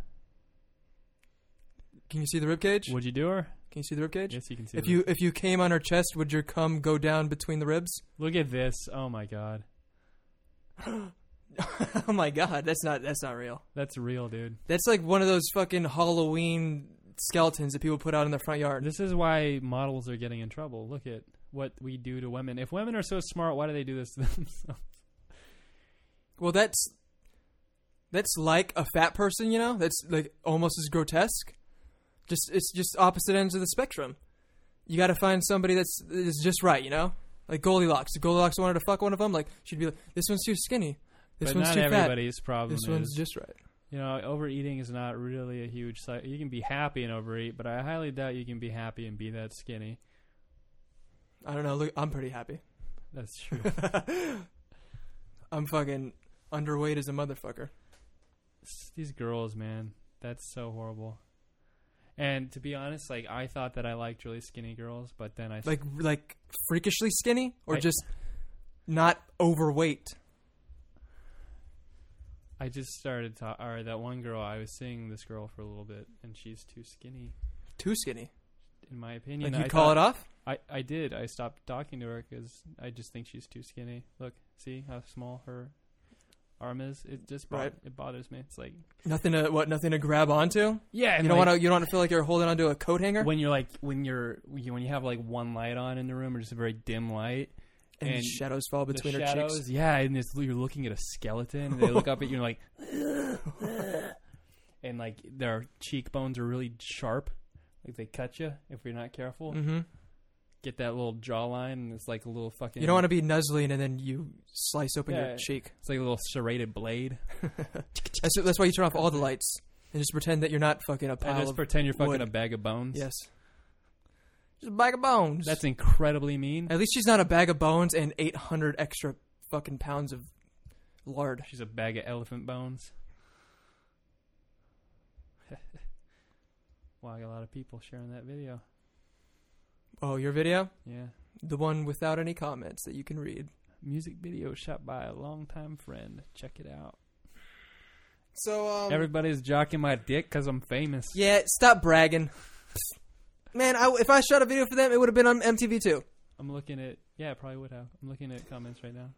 [SPEAKER 1] Can you see the ribcage?
[SPEAKER 2] Would you do her?
[SPEAKER 1] Can you see the ribcage?
[SPEAKER 2] Yes, you can see.
[SPEAKER 1] if
[SPEAKER 2] the-
[SPEAKER 1] you if you came on her chest, would your cum go down between the ribs?
[SPEAKER 2] look at this, oh my god,
[SPEAKER 1] oh my god, that's not that's not real.
[SPEAKER 2] that's real, dude.
[SPEAKER 1] That's like one of those fucking Halloween skeletons that people put out in their front yard.
[SPEAKER 2] This is why models are getting in trouble. Look at what we do to women. If women are so smart, why do they do this to themselves?
[SPEAKER 1] Well, that's that's like a fat person, you know. That's like almost as grotesque. Just it's just opposite ends of the spectrum. You got to find somebody that's is just right, you know. Like Goldilocks. If Goldilocks wanted to fuck one of them, like she'd be like, "This one's too skinny. This
[SPEAKER 2] but
[SPEAKER 1] one's
[SPEAKER 2] not
[SPEAKER 1] too fat.
[SPEAKER 2] everybody's problem
[SPEAKER 1] This
[SPEAKER 2] is
[SPEAKER 1] one's just right."
[SPEAKER 2] you know overeating is not really a huge site. You can be happy and overeat, but I highly doubt you can be happy and be that skinny.
[SPEAKER 1] I don't know. Look, I'm pretty happy.
[SPEAKER 2] That's true.
[SPEAKER 1] I'm fucking underweight as a motherfucker.
[SPEAKER 2] It's these girls, man, that's so horrible. And to be honest, like I thought that I liked really skinny girls, but then I
[SPEAKER 1] Like like freakishly skinny or
[SPEAKER 2] Like-
[SPEAKER 1] just not overweight.
[SPEAKER 2] I just started to or that one girl I was seeing this girl for a little bit and she's too skinny
[SPEAKER 1] Too skinny.
[SPEAKER 2] in my opinion.
[SPEAKER 1] Like you
[SPEAKER 2] I
[SPEAKER 1] call it
[SPEAKER 2] thought-
[SPEAKER 1] off.
[SPEAKER 2] I I did. I stopped talking to her cuz I just think she's too skinny. Look, see how small her arm is? It just bo-
[SPEAKER 1] Right.
[SPEAKER 2] it bothers me. It's like
[SPEAKER 1] Nothing to what? Nothing to grab onto.
[SPEAKER 2] yeah,
[SPEAKER 1] you don't want to. You don't want to feel like you're holding onto a coat hanger.
[SPEAKER 2] when you're like when you're when you have like one light on in the room or just a very dim light
[SPEAKER 1] and,
[SPEAKER 2] and
[SPEAKER 1] shadows fall between
[SPEAKER 2] the
[SPEAKER 1] her
[SPEAKER 2] shadows,
[SPEAKER 1] cheeks.
[SPEAKER 2] Yeah, and it's, you're looking at a skeleton, and they look up at you and like, and like their cheekbones are really sharp, like they cut you if you're not careful.
[SPEAKER 1] hmm
[SPEAKER 2] Get that little jawline, and it's like a little fucking.
[SPEAKER 1] You don't want to be nuzzling and then you slice open
[SPEAKER 2] Yeah.
[SPEAKER 1] your cheek.
[SPEAKER 2] It's like a little serrated blade.
[SPEAKER 1] That's, that's why you turn off all the lights and just pretend that you're not fucking a
[SPEAKER 2] And
[SPEAKER 1] pile
[SPEAKER 2] just
[SPEAKER 1] of
[SPEAKER 2] pretend you're fucking
[SPEAKER 1] wood.
[SPEAKER 2] a bag of bones.
[SPEAKER 1] yes. Just a bag of bones.
[SPEAKER 2] that's incredibly mean.
[SPEAKER 1] At least she's not a bag of bones and 800 extra fucking pounds of lard.
[SPEAKER 2] She's a bag of elephant bones. wow, I got a lot of people sharing that video.
[SPEAKER 1] Oh, your video,
[SPEAKER 2] Yeah.
[SPEAKER 1] the one without any comments that you can read.
[SPEAKER 2] music video shot by a longtime friend. Check it out.
[SPEAKER 1] So, um,
[SPEAKER 2] Everybody's jocking my dick because I'm famous.
[SPEAKER 1] yeah, stop bragging. Man, I, if I shot a video for them, it would have been on MTV too.
[SPEAKER 2] I'm looking at yeah, I probably would have. I'm looking at comments right now.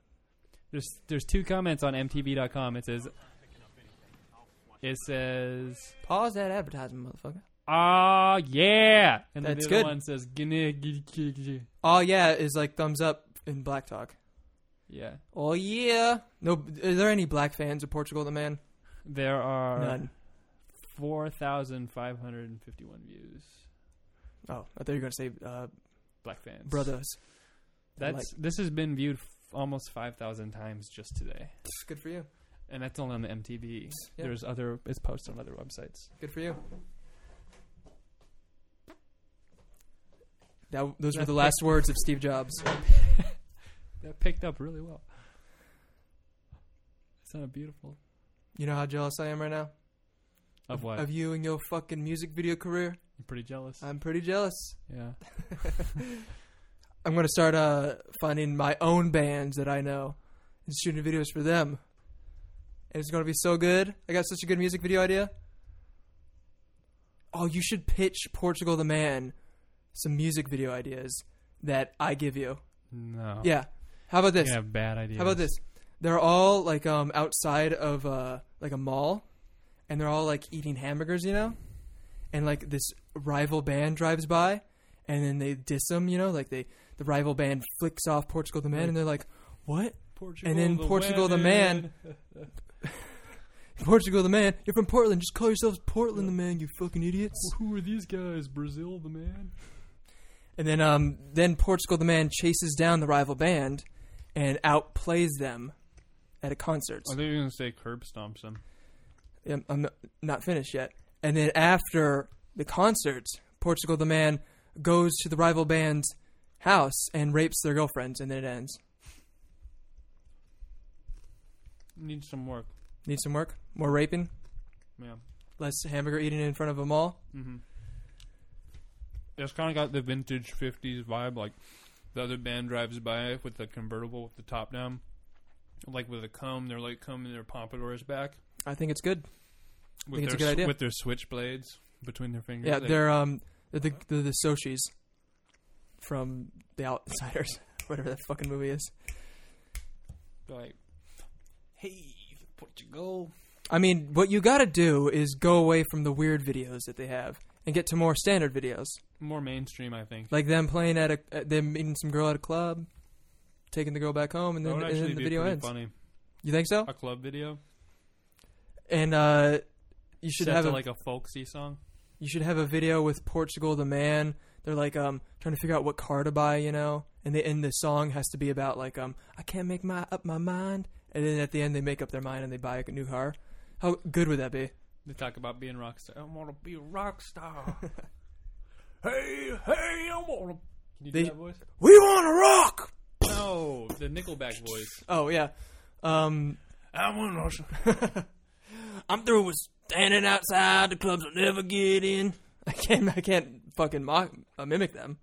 [SPEAKER 2] There's there's two comments on MTV.com. It says it says
[SPEAKER 1] Pause that advertisement, motherfucker.
[SPEAKER 2] ah yeah, and then
[SPEAKER 1] That's
[SPEAKER 2] the other
[SPEAKER 1] good.
[SPEAKER 2] one says "Gneh, gneh, gneh, gneh."
[SPEAKER 1] Oh yeah is like thumbs up in Black Talk.
[SPEAKER 2] yeah.
[SPEAKER 1] Oh yeah. No, are there any black fans of Portugal the Man?
[SPEAKER 2] There are
[SPEAKER 1] None.
[SPEAKER 2] four thousand five hundred and fifty one views.
[SPEAKER 1] Oh, I thought you were gonna say uh,
[SPEAKER 2] Black fans,
[SPEAKER 1] brothers. They're
[SPEAKER 2] That's this has been viewed f- almost five thousand times just today,
[SPEAKER 1] like, good for you.
[SPEAKER 2] and that's only on the MTV.
[SPEAKER 1] Yeah.
[SPEAKER 2] There's other it's posted on other websites.
[SPEAKER 1] Good for you. That, those were
[SPEAKER 2] That
[SPEAKER 1] the
[SPEAKER 2] pic-
[SPEAKER 1] last words of Steve Jobs.
[SPEAKER 2] That picked up really well. It's not beautiful
[SPEAKER 1] You know how jealous I am right now
[SPEAKER 2] of what?
[SPEAKER 1] of you and your fucking music video career.
[SPEAKER 2] I'm pretty jealous.
[SPEAKER 1] I'm pretty jealous.
[SPEAKER 2] yeah.
[SPEAKER 1] I'm gonna start uh, finding my own bands that I know and shooting videos for them. And it's gonna be so good. I got such a good music video idea. Oh, you should pitch Portugal the Man some music video ideas that I give you.
[SPEAKER 2] No.
[SPEAKER 1] Yeah. How about
[SPEAKER 2] You
[SPEAKER 1] this?
[SPEAKER 2] can have bad ideas.
[SPEAKER 1] How about this? They're all like um outside of uh like a mall and they're all like eating hamburgers, you know? And like this rival band drives by and then they diss them, you know, like they the rival band flicks off Portugal the Man and they're like, "What?
[SPEAKER 2] Portugal
[SPEAKER 1] And then Portugal the man- Portugal the Man? You're from Portland. Just call yourselves Portland the Man, you fucking idiots."
[SPEAKER 2] Who are these guys? Brazil the man.
[SPEAKER 1] And then um then Portugal the Man chases down the rival band and outplays them at a concert.
[SPEAKER 2] I think you're gonna say curb stomps them.
[SPEAKER 1] I'm, I'm not- not finished yet. And then after the concert, Portugal the Man goes to the rival band's house and rapes their girlfriends, and then it ends.
[SPEAKER 2] Need some work.
[SPEAKER 1] Need some work? More raping?
[SPEAKER 2] Yeah.
[SPEAKER 1] Less hamburger eating in front of a mall?
[SPEAKER 2] Mm-hmm. It's kind of got the vintage '50s vibe, like the other band drives by with the convertible with the top down, like with a comb. They're like combing their pompadours back
[SPEAKER 1] I think it's good.
[SPEAKER 2] with
[SPEAKER 1] it's
[SPEAKER 2] their
[SPEAKER 1] a good
[SPEAKER 2] s-
[SPEAKER 1] idea.
[SPEAKER 2] with their switchblades between their fingers.
[SPEAKER 1] Yeah,
[SPEAKER 2] Like,
[SPEAKER 1] they're um they're the the, the Soshis from The Outsiders, whatever that fucking movie is.
[SPEAKER 2] like, hey, Portugal.
[SPEAKER 1] I mean, what you gotta do is go away from the weird videos that they have and get to more standard videos.
[SPEAKER 2] More mainstream, I think.
[SPEAKER 1] like them playing at a uh, them meeting some girl at a club, taking the girl back home, and
[SPEAKER 2] that
[SPEAKER 1] then,
[SPEAKER 2] would
[SPEAKER 1] and
[SPEAKER 2] actually
[SPEAKER 1] then the
[SPEAKER 2] be
[SPEAKER 1] video
[SPEAKER 2] pretty
[SPEAKER 1] ends.
[SPEAKER 2] funny.
[SPEAKER 1] You think so?
[SPEAKER 2] A club video.
[SPEAKER 1] And uh, you should
[SPEAKER 2] set
[SPEAKER 1] have a,
[SPEAKER 2] to like a folksy song.
[SPEAKER 1] you should have a video with Portugal the man. They're like um trying to figure out what car to buy, you know, and the end the song has to be about like um I can't make my up my mind, and then at the end they make up their mind and they buy a new car. How good would that be?
[SPEAKER 2] They talk about being rock star. I want to be a rock star. hey, hey, I want to. Can you
[SPEAKER 1] They-
[SPEAKER 2] do that voice?
[SPEAKER 1] We want to rock.
[SPEAKER 2] No, the Nickelback voice.
[SPEAKER 1] Oh yeah, um
[SPEAKER 2] I want to.
[SPEAKER 1] I'm through with standing outside the clubs I'll never get in. I can't I can't fucking mock, uh, mimic them.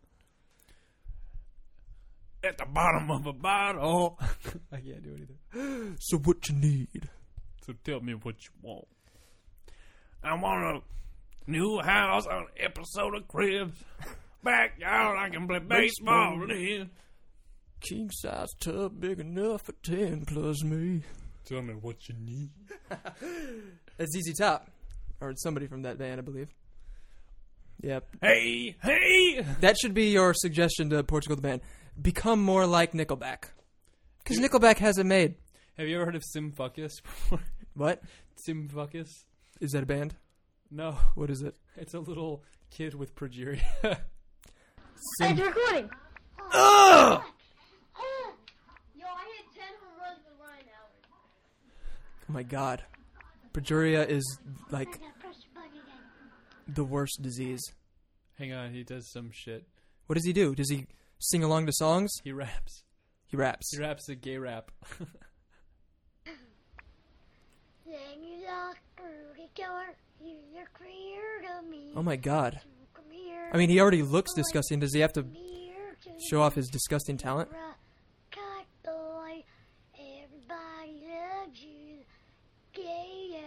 [SPEAKER 2] At the bottom of a bottle. I can't do it either.
[SPEAKER 1] So what you need?
[SPEAKER 2] So tell me what you want. I want a new house, an episode of Cribs. Backyard, I can play baseball in.
[SPEAKER 1] King size tub big enough for ten plus me.
[SPEAKER 2] Tell me what you need.
[SPEAKER 1] That's ZZ Top, or it's somebody from that band, I believe. Yep,
[SPEAKER 2] Hey, hey!
[SPEAKER 1] that should be your suggestion to Portugal the band. Become more like Nickelback, because Nickelback has it made.
[SPEAKER 2] Have you ever heard of Simfuckus before?
[SPEAKER 1] What
[SPEAKER 2] Simfuckus?
[SPEAKER 1] is that a band?
[SPEAKER 2] No,
[SPEAKER 1] What is it?
[SPEAKER 2] it's a little kid with progeria.
[SPEAKER 1] Sim-
[SPEAKER 3] It's recording.
[SPEAKER 1] Ugh!
[SPEAKER 3] Yo, I hit 10 home runs with Ryan Howard.
[SPEAKER 1] Oh my God, progeria is like
[SPEAKER 3] gotta press the button again.
[SPEAKER 1] the worst disease.
[SPEAKER 2] Hang on, he does some shit.
[SPEAKER 1] What does he do? Does he sing along to songs?
[SPEAKER 2] He raps.
[SPEAKER 1] He raps.
[SPEAKER 2] He raps a gay rap.
[SPEAKER 3] Then you lock Burger Killer. Here's your career to me.
[SPEAKER 1] Oh my God.
[SPEAKER 3] So come here.
[SPEAKER 1] I mean, he already looks disgusting. Does he have to
[SPEAKER 3] come here to
[SPEAKER 1] show off his disgusting
[SPEAKER 3] the
[SPEAKER 1] talent?
[SPEAKER 3] cut boy. Everybody loves you. Gayer.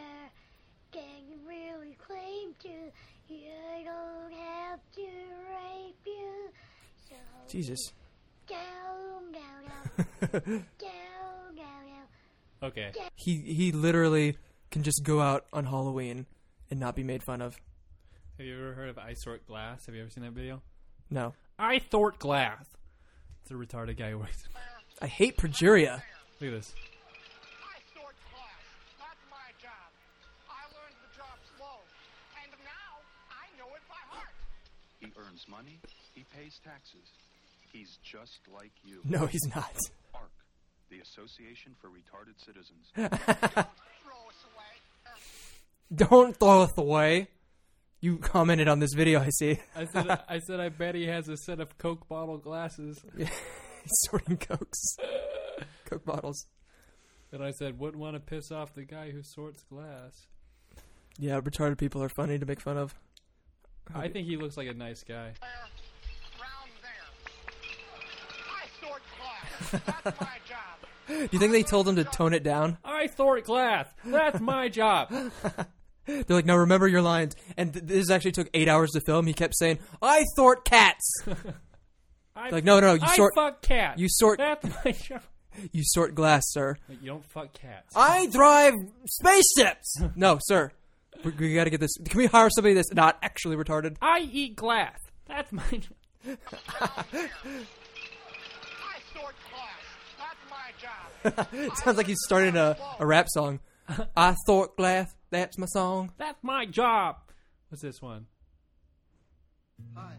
[SPEAKER 3] Can you really claim to? You don't have to rape you. So
[SPEAKER 1] Jesus.
[SPEAKER 3] down, down, down. Down, down, down.
[SPEAKER 2] okay.
[SPEAKER 1] he he literally can just go out on Halloween and not be made fun of.
[SPEAKER 2] Have you ever heard of I Sort Glass? Have you ever seen that video?
[SPEAKER 1] No,
[SPEAKER 2] I Sort Glass. It's a retarded guy who works.
[SPEAKER 1] I hate progeria.
[SPEAKER 2] Look at this.
[SPEAKER 4] I sort class, not my job. I learned the job slow, and now I know it by heart.
[SPEAKER 5] He earns money, he pays taxes. He's just like you.
[SPEAKER 1] No, he's not.
[SPEAKER 5] ARC, the Association for Retarded Citizens.
[SPEAKER 4] Throw us away.
[SPEAKER 1] Don't throw it away. You commented on this video, I see.
[SPEAKER 2] I said, I said, I bet he has a set of Coke bottle glasses.
[SPEAKER 1] sorting cokes, coke bottles.
[SPEAKER 2] And I said, wouldn't want to piss off the guy who sorts glass.
[SPEAKER 1] Yeah, retarded people are funny to make fun of.
[SPEAKER 2] I think he looks like a nice guy.
[SPEAKER 4] There. Round there. I sort glass. That's my job.
[SPEAKER 1] Do you think they told him to tone it down?
[SPEAKER 2] I sort glass. That's my job.
[SPEAKER 1] They're like, no, remember your lines. And th- this actually took eight hours to film. He kept saying, "I sort cats."
[SPEAKER 2] I,
[SPEAKER 1] Like, no, no, you
[SPEAKER 2] I
[SPEAKER 1] sort-
[SPEAKER 2] fuck cat.
[SPEAKER 1] you sort-
[SPEAKER 2] That's my job.
[SPEAKER 1] you sort glass, sir.
[SPEAKER 2] Like, you don't fuck cats.
[SPEAKER 1] I drive spaceships. no, sir. We, we got to get this. Can we hire somebody that's not actually retarded?
[SPEAKER 2] I eat glass. That's my. job.
[SPEAKER 4] I sort glass. That's my job.
[SPEAKER 1] Sounds like he's starting a, a rap song. I thought glass, that's my song.
[SPEAKER 2] That's my job. What's this one?
[SPEAKER 6] Hi,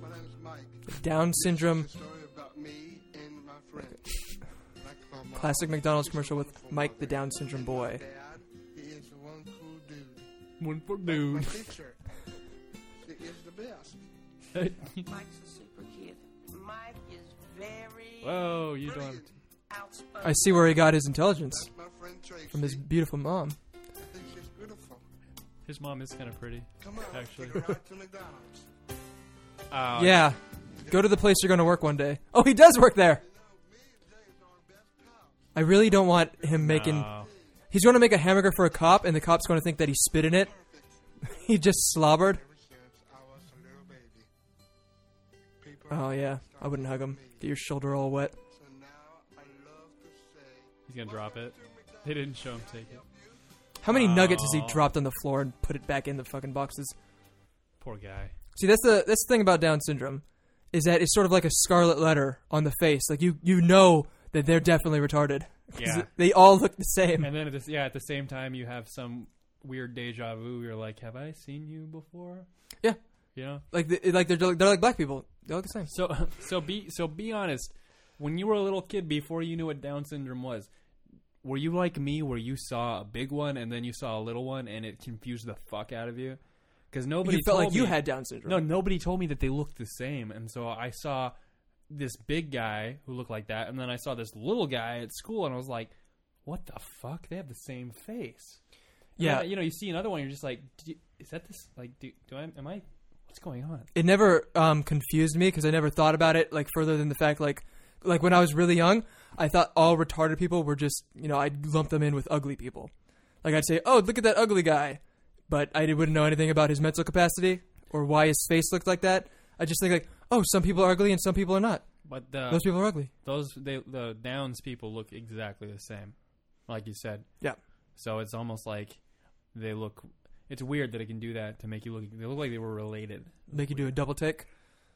[SPEAKER 6] my name is Mike.
[SPEAKER 1] Down syndrome.
[SPEAKER 6] It's a story about me and my friend. Like my mom.
[SPEAKER 1] Classic McDonald's commercial with
[SPEAKER 6] Wonderful
[SPEAKER 1] Mike the
[SPEAKER 6] mother.
[SPEAKER 1] Down syndrome
[SPEAKER 6] And
[SPEAKER 1] boy.
[SPEAKER 6] my dad, He is the one cool dude.
[SPEAKER 2] One for
[SPEAKER 6] My
[SPEAKER 2] dude.
[SPEAKER 6] teacher. She is the best.
[SPEAKER 7] Mike's a super kid. Mike is very
[SPEAKER 2] Whoa, you don't.
[SPEAKER 6] Brilliant.
[SPEAKER 7] outspoken.
[SPEAKER 1] I see where he got his intelligence
[SPEAKER 6] My friend Tracy.
[SPEAKER 1] from his beautiful mom.
[SPEAKER 6] I think she's beautiful.
[SPEAKER 2] His mom is kind of pretty.
[SPEAKER 6] Come on,
[SPEAKER 2] Actually.
[SPEAKER 6] take her out to McDonald's.
[SPEAKER 2] Uh,
[SPEAKER 1] Yeah. Go to the place you're going to work one day. Oh, he does work there.
[SPEAKER 6] You know, me and James are best pals.
[SPEAKER 1] I really don't want him making. He's going to make a hamburger for a cop, and the cop's going to think that he spit in it. he just slobbered.
[SPEAKER 6] Ever since I was a little baby. People
[SPEAKER 1] Oh, yeah. I wouldn't hug him. Get your shoulder all wet.
[SPEAKER 6] So now I love to say,
[SPEAKER 2] he's gonna drop it. They didn't show him take it.
[SPEAKER 1] How many nuggets has he
[SPEAKER 2] Oh.
[SPEAKER 1] dropped on the floor and put it back in the fucking boxes?
[SPEAKER 2] Poor guy.
[SPEAKER 1] See, that's the that's the thing about Down syndrome, is that it's sort of like a scarlet letter on the face. Like you you know that they're definitely retarded. 'Cause
[SPEAKER 2] Yeah.
[SPEAKER 1] they all look the same.
[SPEAKER 2] And then at this, yeah, at the same time, you have some weird deja vu. You're like, have I seen you before?
[SPEAKER 1] Yeah.
[SPEAKER 2] You know.
[SPEAKER 1] Like they, like they're they're like black people. They look the same.
[SPEAKER 2] So so be so be honest. When you were a little kid, before you knew what Down syndrome was, were you like me, where you saw a big one and then you saw a little one, and it confused the fuck out of you? Because nobody
[SPEAKER 1] you felt
[SPEAKER 2] told
[SPEAKER 1] like you
[SPEAKER 2] me-
[SPEAKER 1] had Down syndrome.
[SPEAKER 2] No, nobody told me that they looked the same, and so I saw this big guy who looked like that, and then I saw this little guy at school, and I was like, "What the fuck? They have the same face." And
[SPEAKER 1] Yeah.
[SPEAKER 2] then, you know, you see another one, you're just like, "Do- "Is that this? Like, do, do I? Am I? What's going on?"
[SPEAKER 1] it never um, confused me because I never thought about it like further than the fact like like when I was really young, I thought all retarded people were just you know I'd lump them in with ugly people. Like I'd say, oh look at that ugly guy, but I didn't- wouldn't know anything about his mental capacity or why his face looked like that. I just think like, oh some people are ugly and some people are not.
[SPEAKER 2] But the,
[SPEAKER 1] Those people are ugly.
[SPEAKER 2] those they, the Downs people look exactly the same, like you said.
[SPEAKER 1] Yeah.
[SPEAKER 2] So it's almost like they look. It's weird that it can do that to make you look. They look like they were related.
[SPEAKER 1] Make you do a double take.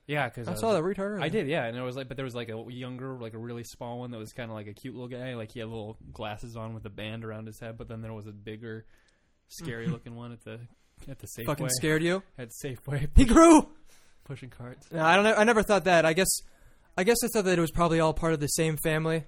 [SPEAKER 2] Yeah, because
[SPEAKER 1] I saw that retard.
[SPEAKER 2] uh, I did, yeah. And there was like, but there was like a younger, like a really small one that was kind of like a cute little guy. Like he had little glasses on with a band around his head. But then there was a bigger, scary looking one at the at the Safeway.
[SPEAKER 1] Fucking scared you.
[SPEAKER 2] At Safeway
[SPEAKER 1] He grew.
[SPEAKER 2] pushing carts.
[SPEAKER 1] No, I don't. Know, I never thought that. I guess, I guess I thought that it was probably all part of the same family.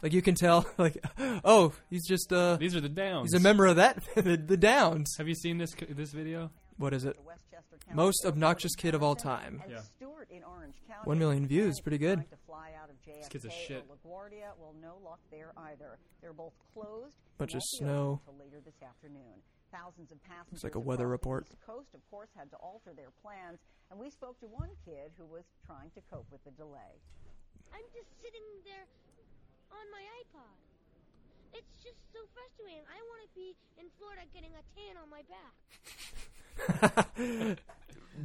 [SPEAKER 1] Like you can tell. Like, oh, he's just uh,
[SPEAKER 2] These are the downs.
[SPEAKER 1] he's a member of that the, the Downs.
[SPEAKER 2] Have you seen this c- this video?
[SPEAKER 1] What is it?
[SPEAKER 8] Westchester County
[SPEAKER 1] Most obnoxious kid of all time.
[SPEAKER 8] and
[SPEAKER 2] Yeah.
[SPEAKER 8] Stewart in Orange County.
[SPEAKER 1] One million views,
[SPEAKER 8] Trying
[SPEAKER 1] pretty good.
[SPEAKER 8] to fly out of JFK
[SPEAKER 2] kid's a shit.
[SPEAKER 8] or LaGuardia. Well, no luck there either. They're both closed.
[SPEAKER 1] Bunch
[SPEAKER 8] and
[SPEAKER 1] of
[SPEAKER 8] won't be open
[SPEAKER 1] snow.
[SPEAKER 8] until later this afternoon. Thousands of passengers.
[SPEAKER 1] like a weather
[SPEAKER 8] across
[SPEAKER 1] report.
[SPEAKER 8] the East Coast, of course, had to alter their plans, and we spoke to one kid who was trying to cope with the delay.
[SPEAKER 3] I'm just sitting there on my iPod. It's just so frustrating. I want to be in Florida getting a tan on my back.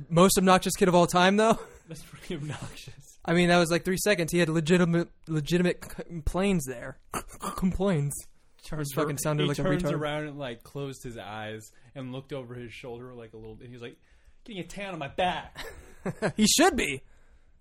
[SPEAKER 1] Most obnoxious kid of all time, though.
[SPEAKER 2] That's pretty obnoxious.
[SPEAKER 1] I mean, that was like three seconds. He had legitimate, legitimate complaints there. complaints. Charles fucking sounded
[SPEAKER 2] he
[SPEAKER 1] like a
[SPEAKER 2] turns
[SPEAKER 1] retard.
[SPEAKER 2] around and like closed his eyes and looked over his shoulder like a little. And he was like, "Getting a tan on my back."
[SPEAKER 1] He should be.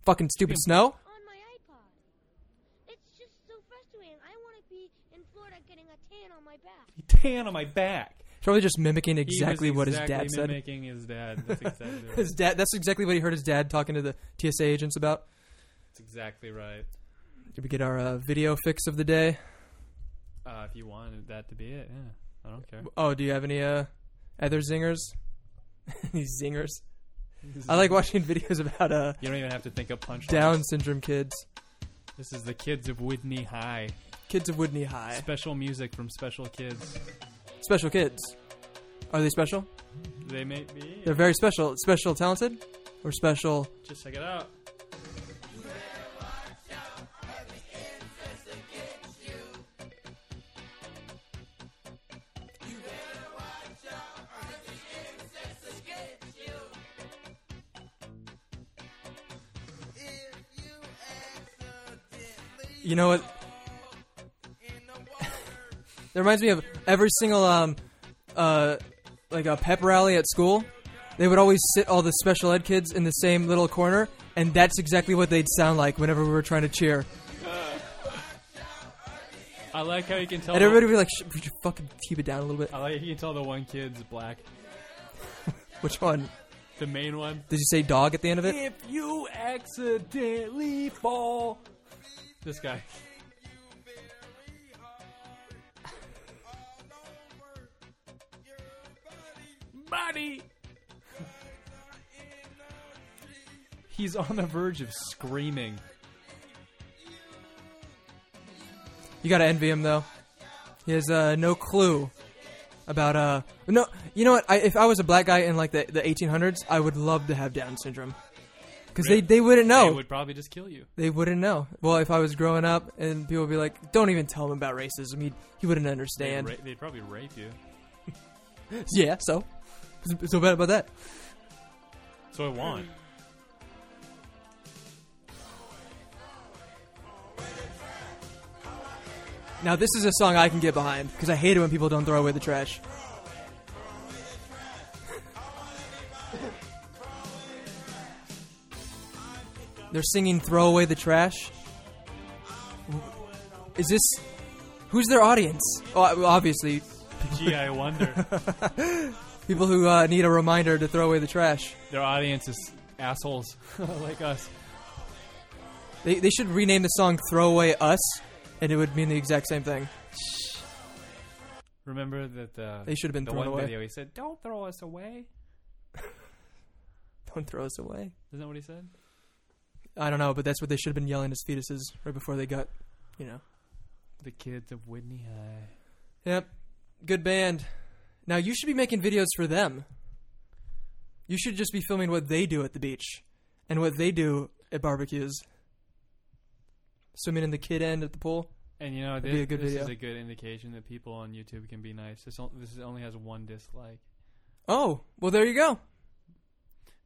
[SPEAKER 1] Fucking stupid snow.
[SPEAKER 3] On my iPod. It's just so frustrating. I want to be in Florida getting a tan on my back.
[SPEAKER 2] tan on my back.
[SPEAKER 1] Probably just mimicking
[SPEAKER 2] He was
[SPEAKER 1] exactly what his dad
[SPEAKER 2] exactly
[SPEAKER 1] said.
[SPEAKER 2] Mimicking his dad. That's exactly. right.
[SPEAKER 1] His dad. That's exactly what he heard his dad talking to the TSA agents about.
[SPEAKER 2] That's exactly right.
[SPEAKER 1] Did we get our uh, video fix of the day?
[SPEAKER 2] Uh, if you wanted that to be it, yeah, I don't care.
[SPEAKER 1] Oh, do you have any uh, other zingers? any zingers? I like watching videos about uh,
[SPEAKER 2] You don't even have to think of punch.
[SPEAKER 1] Down syndrome kids,
[SPEAKER 2] This is the kids of Whitney High.
[SPEAKER 1] kids of Woodney High,
[SPEAKER 2] Special music from special kids.
[SPEAKER 1] special kids. Are they special?
[SPEAKER 2] They may be.
[SPEAKER 1] They're very special. Special talented, or special?
[SPEAKER 2] Just check it out.
[SPEAKER 1] You know what? It reminds me of every single um, uh, like a pep rally at school. They would always sit all the special ed kids in the same little corner, and that's exactly what they'd sound like whenever we were trying to cheer.
[SPEAKER 2] I like how you can tell.
[SPEAKER 1] And everybody would be like, "Shh, "Would you fucking keep it down a little bit?" Uh,
[SPEAKER 2] I like how you can tell the one kid's black.
[SPEAKER 1] Which one?
[SPEAKER 2] The main one.
[SPEAKER 1] Did you say dog at the end of it?
[SPEAKER 2] If you accidentally fall, this guy. Body. He's on the verge of screaming.
[SPEAKER 1] You gotta envy him though. He has uh, no clue about uh no. You know what? I, if I was a black guy in like the the 1800s, I would love to have Down syndrome because they they wouldn't know.
[SPEAKER 2] They would probably just kill you.
[SPEAKER 1] they wouldn't know. Well, if I was growing up and people would be like, "Don't even tell him about racism," he he wouldn't
[SPEAKER 2] They'd,
[SPEAKER 1] understand.
[SPEAKER 2] ra- they'd probably rape you.
[SPEAKER 1] yeah, so What's so bad about that.
[SPEAKER 2] So I want.
[SPEAKER 1] Now this is a song I can get behind because I hate it when people don't throw away the trash. They're singing "Throw Away the Trash." Is this who's their audience? Oh, I- well, obviously,
[SPEAKER 2] Gee, I wonder.
[SPEAKER 1] people who uh, need a reminder to throw away the trash.
[SPEAKER 2] Their audience is assholes like us.
[SPEAKER 1] They, they should rename the song "Throw Away Us," and it would mean the exact same thing.
[SPEAKER 2] Remember that the
[SPEAKER 1] They should have been
[SPEAKER 2] the
[SPEAKER 1] thrown
[SPEAKER 2] one
[SPEAKER 1] away.
[SPEAKER 2] video. He said, "Don't throw us away."
[SPEAKER 1] Don't throw us away.
[SPEAKER 2] Isn't that what he said?
[SPEAKER 1] I don't know, but that's what they should have been yelling as fetuses right before they got, you know.
[SPEAKER 2] The kids of Whitney High.
[SPEAKER 1] Yep. Good band. Now you should be making videos for them. You should just be filming what they do at the beach and what they do at barbecues. Swimming in the kid end at the pool.
[SPEAKER 2] And you know,
[SPEAKER 1] That'd
[SPEAKER 2] this,
[SPEAKER 1] be a good
[SPEAKER 2] this
[SPEAKER 1] video.
[SPEAKER 2] is a good indication that people on YouTube can be nice. This, on- this is- only has one dislike,
[SPEAKER 1] Oh, well there you go.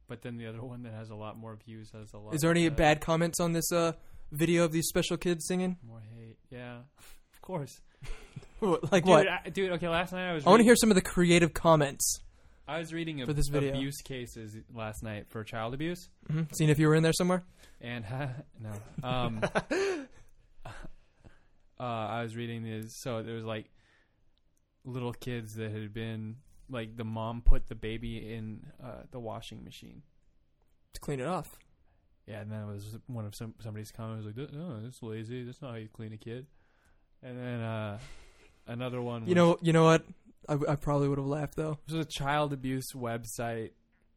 [SPEAKER 2] but then the other one that has a lot more views has a lot.
[SPEAKER 1] Is there any
[SPEAKER 2] uh,
[SPEAKER 1] bad comments on this uh video of these special kids singing?
[SPEAKER 2] More hate. Yeah, of course.
[SPEAKER 1] What- Like
[SPEAKER 2] Dude,
[SPEAKER 1] what?
[SPEAKER 2] I, dude, okay. Last night I was.
[SPEAKER 1] I want to
[SPEAKER 2] reading-
[SPEAKER 1] hear some of the creative comments.
[SPEAKER 2] I was reading ab-
[SPEAKER 1] for this video.
[SPEAKER 2] abuse cases last night for child abuse.
[SPEAKER 1] hmm Seeing if you were in there somewhere.
[SPEAKER 2] And no, um, uh, I was reading this. So there was like little kids that had been like the mom put the baby in uh, the washing machine.
[SPEAKER 1] To clean it off.
[SPEAKER 2] Yeah, and then it was one of some somebody's comments was like, "No, that's lazy. That's not how you clean a kid." And then uh, another one, was,
[SPEAKER 1] You know you know what? I, I probably would have laughed though.
[SPEAKER 2] this was a child abuse website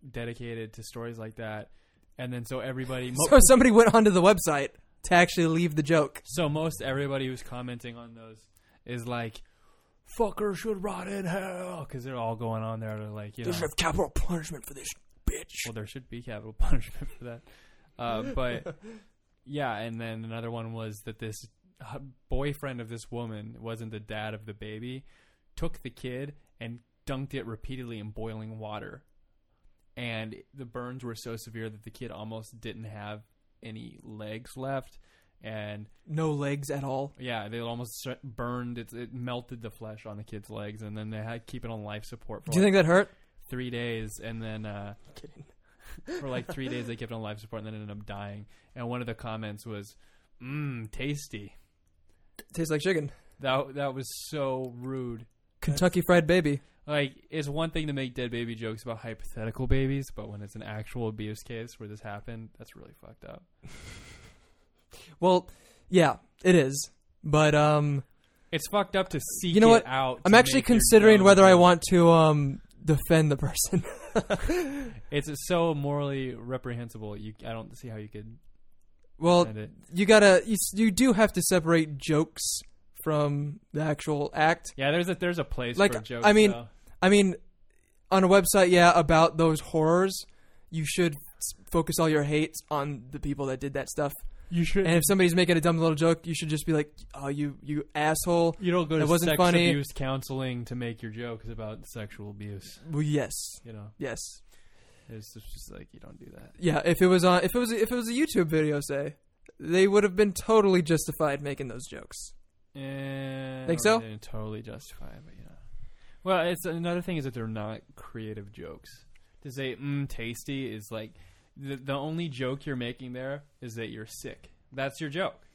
[SPEAKER 2] dedicated to stories like that. And then so everybody, mo-
[SPEAKER 1] So somebody went onto the website to actually leave the joke.
[SPEAKER 2] So most everybody who's commenting on those is like, "Fucker should rot in hell," because they're all going on there to like, you know,
[SPEAKER 1] have capital punishment for this bitch.
[SPEAKER 2] well, there should be capital punishment for that. Uh, but yeah, and then another one was that this uh, boyfriend of this woman wasn't the dad of the baby, took the kid and dunked it repeatedly in boiling water, and the burns were so severe that the kid almost didn't have any legs left, and
[SPEAKER 1] No legs at all.
[SPEAKER 2] Yeah, they almost sh- burned. It, it melted the flesh on the kid's legs, and then they had to keep it on life support for
[SPEAKER 1] Do you
[SPEAKER 2] like
[SPEAKER 1] think that hurt?
[SPEAKER 2] three days, and then uh, for like three days they kept it on life support, and then it ended up dying. And one of the comments was, "Mmm, tasty."
[SPEAKER 1] Tastes like chicken.
[SPEAKER 2] That that was so rude.
[SPEAKER 1] Kentucky Fried Baby.
[SPEAKER 2] Like, it's one thing to make dead baby jokes about hypothetical babies, but when it's an actual abuse case where this happened, that's really fucked up.
[SPEAKER 1] Well, yeah, it is. But um,
[SPEAKER 2] It's fucked up to seek
[SPEAKER 1] you know what?
[SPEAKER 2] it out.
[SPEAKER 1] I'm
[SPEAKER 2] to
[SPEAKER 1] actually
[SPEAKER 2] make your
[SPEAKER 1] considering
[SPEAKER 2] own
[SPEAKER 1] whether I
[SPEAKER 2] thing.
[SPEAKER 1] want to um defend the person.
[SPEAKER 2] It's so morally reprehensible. You, I don't see how you could.
[SPEAKER 1] well,
[SPEAKER 2] Defend it.
[SPEAKER 1] you gotta you, s- you do have to separate jokes from the actual act.
[SPEAKER 2] Yeah, there's a there's a place
[SPEAKER 1] Like,
[SPEAKER 2] for jokes.
[SPEAKER 1] I mean-
[SPEAKER 2] though.
[SPEAKER 1] I mean, on a website, yeah, about those horrors, you should s- focus all your hates on the people that did that stuff.
[SPEAKER 2] you should.
[SPEAKER 1] And if somebody's making a dumb little joke, you should just be like, "Oh, you you asshole."
[SPEAKER 2] you don't go
[SPEAKER 1] It
[SPEAKER 2] to
[SPEAKER 1] wasn't
[SPEAKER 2] sex
[SPEAKER 1] funny.
[SPEAKER 2] abuse counseling to make your jokes about sexual abuse.
[SPEAKER 1] Well, yes,
[SPEAKER 2] You know,
[SPEAKER 1] yes,
[SPEAKER 2] it's just, just like you don't do that.
[SPEAKER 1] yeah. If it was on, if it was, if it was a YouTube video, say, they would have been totally justified making those jokes.
[SPEAKER 2] And
[SPEAKER 1] Think so?
[SPEAKER 2] they're Totally justified, but yeah. Well, it's another thing is that they're not creative jokes. To say "mm tasty" is like the the only joke you're making there is that you're sick. That's your joke.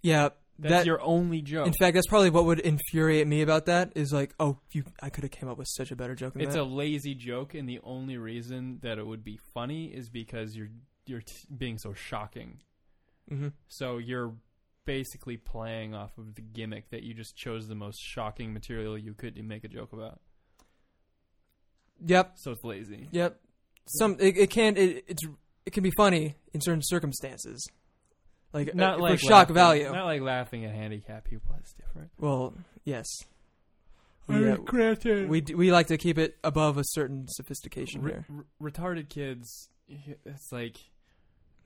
[SPEAKER 1] Yeah,
[SPEAKER 2] That's
[SPEAKER 1] that.
[SPEAKER 2] your only joke.
[SPEAKER 1] in fact, that's probably what would infuriate me about that is like, oh, you, I could have came up with such a better joke. Than
[SPEAKER 2] it's
[SPEAKER 1] that.
[SPEAKER 2] a lazy joke, and the only reason that it would be funny is because you're you're t- being so shocking.
[SPEAKER 1] Mhm.
[SPEAKER 2] So you're basically playing off of the gimmick that you just chose the most shocking material you could to make a joke about.
[SPEAKER 1] yep,
[SPEAKER 2] So it's lazy.
[SPEAKER 1] yep. Some it, it can it, it's it can be funny in certain circumstances, like uh,
[SPEAKER 2] not
[SPEAKER 1] for
[SPEAKER 2] like
[SPEAKER 1] shock
[SPEAKER 2] laughing-
[SPEAKER 1] value.
[SPEAKER 2] Not like laughing at handicapped people. That's different.
[SPEAKER 1] well, yes. We, uh, we d- we like to keep it above a certain sophistication
[SPEAKER 2] Re-
[SPEAKER 1] here.
[SPEAKER 2] re- retarded kids. It's like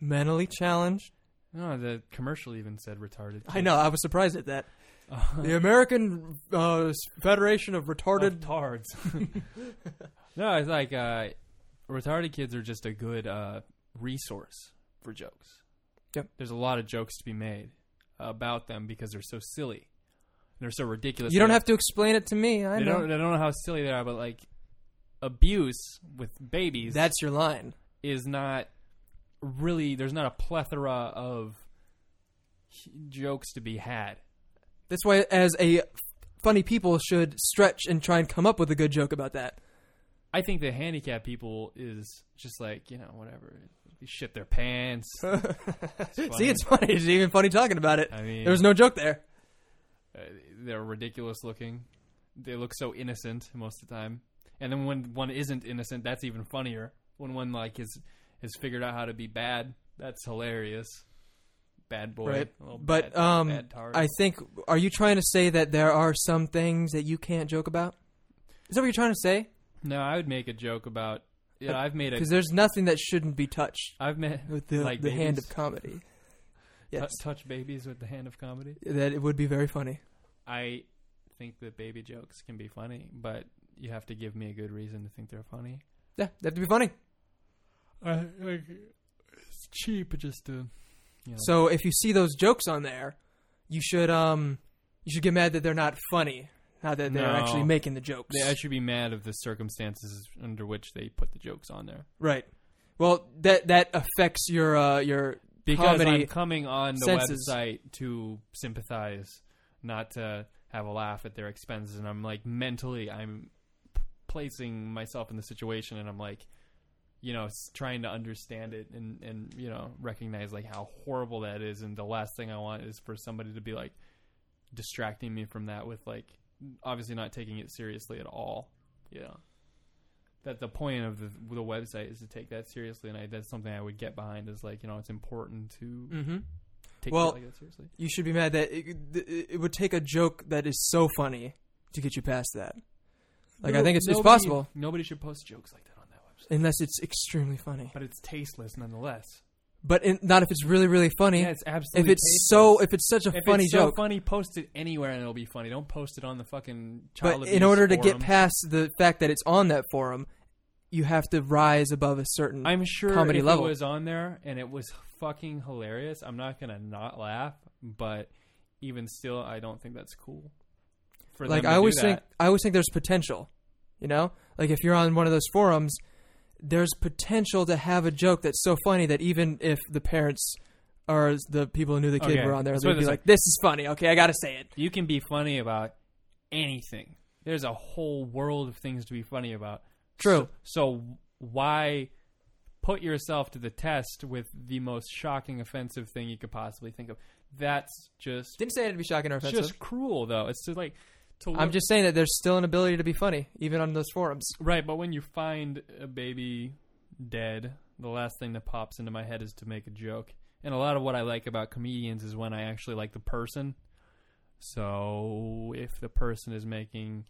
[SPEAKER 1] Mentally challenged.
[SPEAKER 2] no. The commercial even said retarded. Kids.
[SPEAKER 1] I know. I was surprised at that.
[SPEAKER 2] Uh,
[SPEAKER 1] The American uh, Federation of Retarded.
[SPEAKER 2] tards. no, it's like uh, retarded kids are just a good uh, resource for jokes.
[SPEAKER 1] Yep.
[SPEAKER 2] There's a lot of jokes to be made about them because they're so silly. They're so ridiculous.
[SPEAKER 1] You don't
[SPEAKER 2] They-
[SPEAKER 1] have to explain it to me. I
[SPEAKER 2] They
[SPEAKER 1] know.
[SPEAKER 2] don't. I don't know how silly they are, but like abuse with babies.
[SPEAKER 1] That's your line.
[SPEAKER 2] is not really there's not a plethora of h- jokes to be had.
[SPEAKER 1] That's why, as a f- funny people, should stretch and try and come up with a good joke about that.
[SPEAKER 2] I think the handicap people is just like you know whatever they shit their pants.
[SPEAKER 1] See, it's funny. It's even funny talking about it.
[SPEAKER 2] I mean-
[SPEAKER 1] there was no joke there.
[SPEAKER 2] Uh, they're ridiculous looking. They look so innocent most of the time, and then when one isn't innocent, that's even funnier. When one like is has figured out how to be bad, that's hilarious. Bad boy,
[SPEAKER 1] Right.
[SPEAKER 2] little
[SPEAKER 1] But
[SPEAKER 2] bad-
[SPEAKER 1] um,
[SPEAKER 2] bad tard.
[SPEAKER 1] I think. Are you trying to say that there are some things that you can't joke about? Is that what you're trying to say?
[SPEAKER 2] no, I would make a joke about. Yeah, I've made a
[SPEAKER 1] Because there's nothing that shouldn't be touched
[SPEAKER 2] I've met
[SPEAKER 1] with the,
[SPEAKER 2] like
[SPEAKER 1] the hand
[SPEAKER 2] babies.
[SPEAKER 1] of comedy.
[SPEAKER 2] Tou-
[SPEAKER 1] Yes,
[SPEAKER 2] touch babies with the hand of comedy.
[SPEAKER 1] that it would be very funny.
[SPEAKER 2] I think that baby jokes can be funny, but you have to give me a good reason to think they're funny.
[SPEAKER 1] Yeah, they have to be funny.
[SPEAKER 2] I, like, it's cheap just to. You know.
[SPEAKER 1] So if you see those jokes on there, you should um you should get mad that they're not funny, not that they're
[SPEAKER 2] No.
[SPEAKER 1] actually making the jokes.
[SPEAKER 2] I should be mad of the circumstances under which they put the jokes on there.
[SPEAKER 1] right. Well, that that affects your uh your
[SPEAKER 2] Because
[SPEAKER 1] comedy.
[SPEAKER 2] I'm coming on the
[SPEAKER 1] senses.
[SPEAKER 2] website to sympathize, not to have a laugh at their expenses. And I'm like, mentally, I'm p- placing myself in the situation and I'm like, you know, s- trying to understand it and, and, you know, recognize like how horrible that is. And the last thing I want is for somebody to be like distracting me from that with like, obviously not taking it seriously at all. Yeah. That the point of the, the website is to take that seriously, and I, that's something I would get behind. Is like you know it's important to
[SPEAKER 1] hmm
[SPEAKER 2] take
[SPEAKER 1] Well-
[SPEAKER 2] it like that seriously.
[SPEAKER 1] You should be mad that it, it, it would take a joke that is so funny to get you past that. Like I think it's, it's
[SPEAKER 2] Nobody-
[SPEAKER 1] possible
[SPEAKER 2] Nobody should post jokes like that on that website,
[SPEAKER 1] unless it's extremely funny.
[SPEAKER 2] but it's tasteless nonetheless.
[SPEAKER 1] But in, not if it's really really funny.
[SPEAKER 2] Yeah, it's
[SPEAKER 1] if
[SPEAKER 2] absolutely.
[SPEAKER 1] it's so
[SPEAKER 2] tasteless.
[SPEAKER 1] if it's such a
[SPEAKER 2] If
[SPEAKER 1] funny
[SPEAKER 2] it's
[SPEAKER 1] joke.
[SPEAKER 2] so funny, post it anywhere and it'll be funny. Don't post it on the fucking child
[SPEAKER 1] but
[SPEAKER 2] abuse
[SPEAKER 1] in order to get
[SPEAKER 2] forums.
[SPEAKER 1] past the fact that it's on that forum, you have to rise above a certain.
[SPEAKER 2] I'm sure
[SPEAKER 1] Mm-hmm. comedy
[SPEAKER 2] if
[SPEAKER 1] level.
[SPEAKER 2] it was on there and it was fucking hilarious, I'm not gonna not laugh. But even still, I don't think that's cool. For
[SPEAKER 1] like
[SPEAKER 2] them to
[SPEAKER 1] I
[SPEAKER 2] do
[SPEAKER 1] always
[SPEAKER 2] that.
[SPEAKER 1] think, I always think there's potential. You know, like if you're on one of those forums, there's potential to have a joke that's so funny that even if the parents or the people who knew the kid
[SPEAKER 2] Okay,
[SPEAKER 1] were on there,
[SPEAKER 2] let's
[SPEAKER 1] they'd
[SPEAKER 2] put it
[SPEAKER 1] be
[SPEAKER 2] this
[SPEAKER 1] like, "This is funny. Okay, I gotta say it."
[SPEAKER 2] You can be funny about anything. There's a whole world of things to be funny about.
[SPEAKER 1] True.
[SPEAKER 2] So, so why put yourself to the test with the most shocking, offensive thing you could possibly think of. That's just
[SPEAKER 1] Didn't say it'd be shocking or offensive.
[SPEAKER 2] just cruel, though. It's just like to
[SPEAKER 1] I'm
[SPEAKER 2] look-
[SPEAKER 1] just saying that there's still an ability to be funny, even on those forums.
[SPEAKER 2] right. But when you find a baby dead, the last thing that pops into my head is to make a joke. And a lot of what I like about comedians is when I actually like the person. So if the person is making,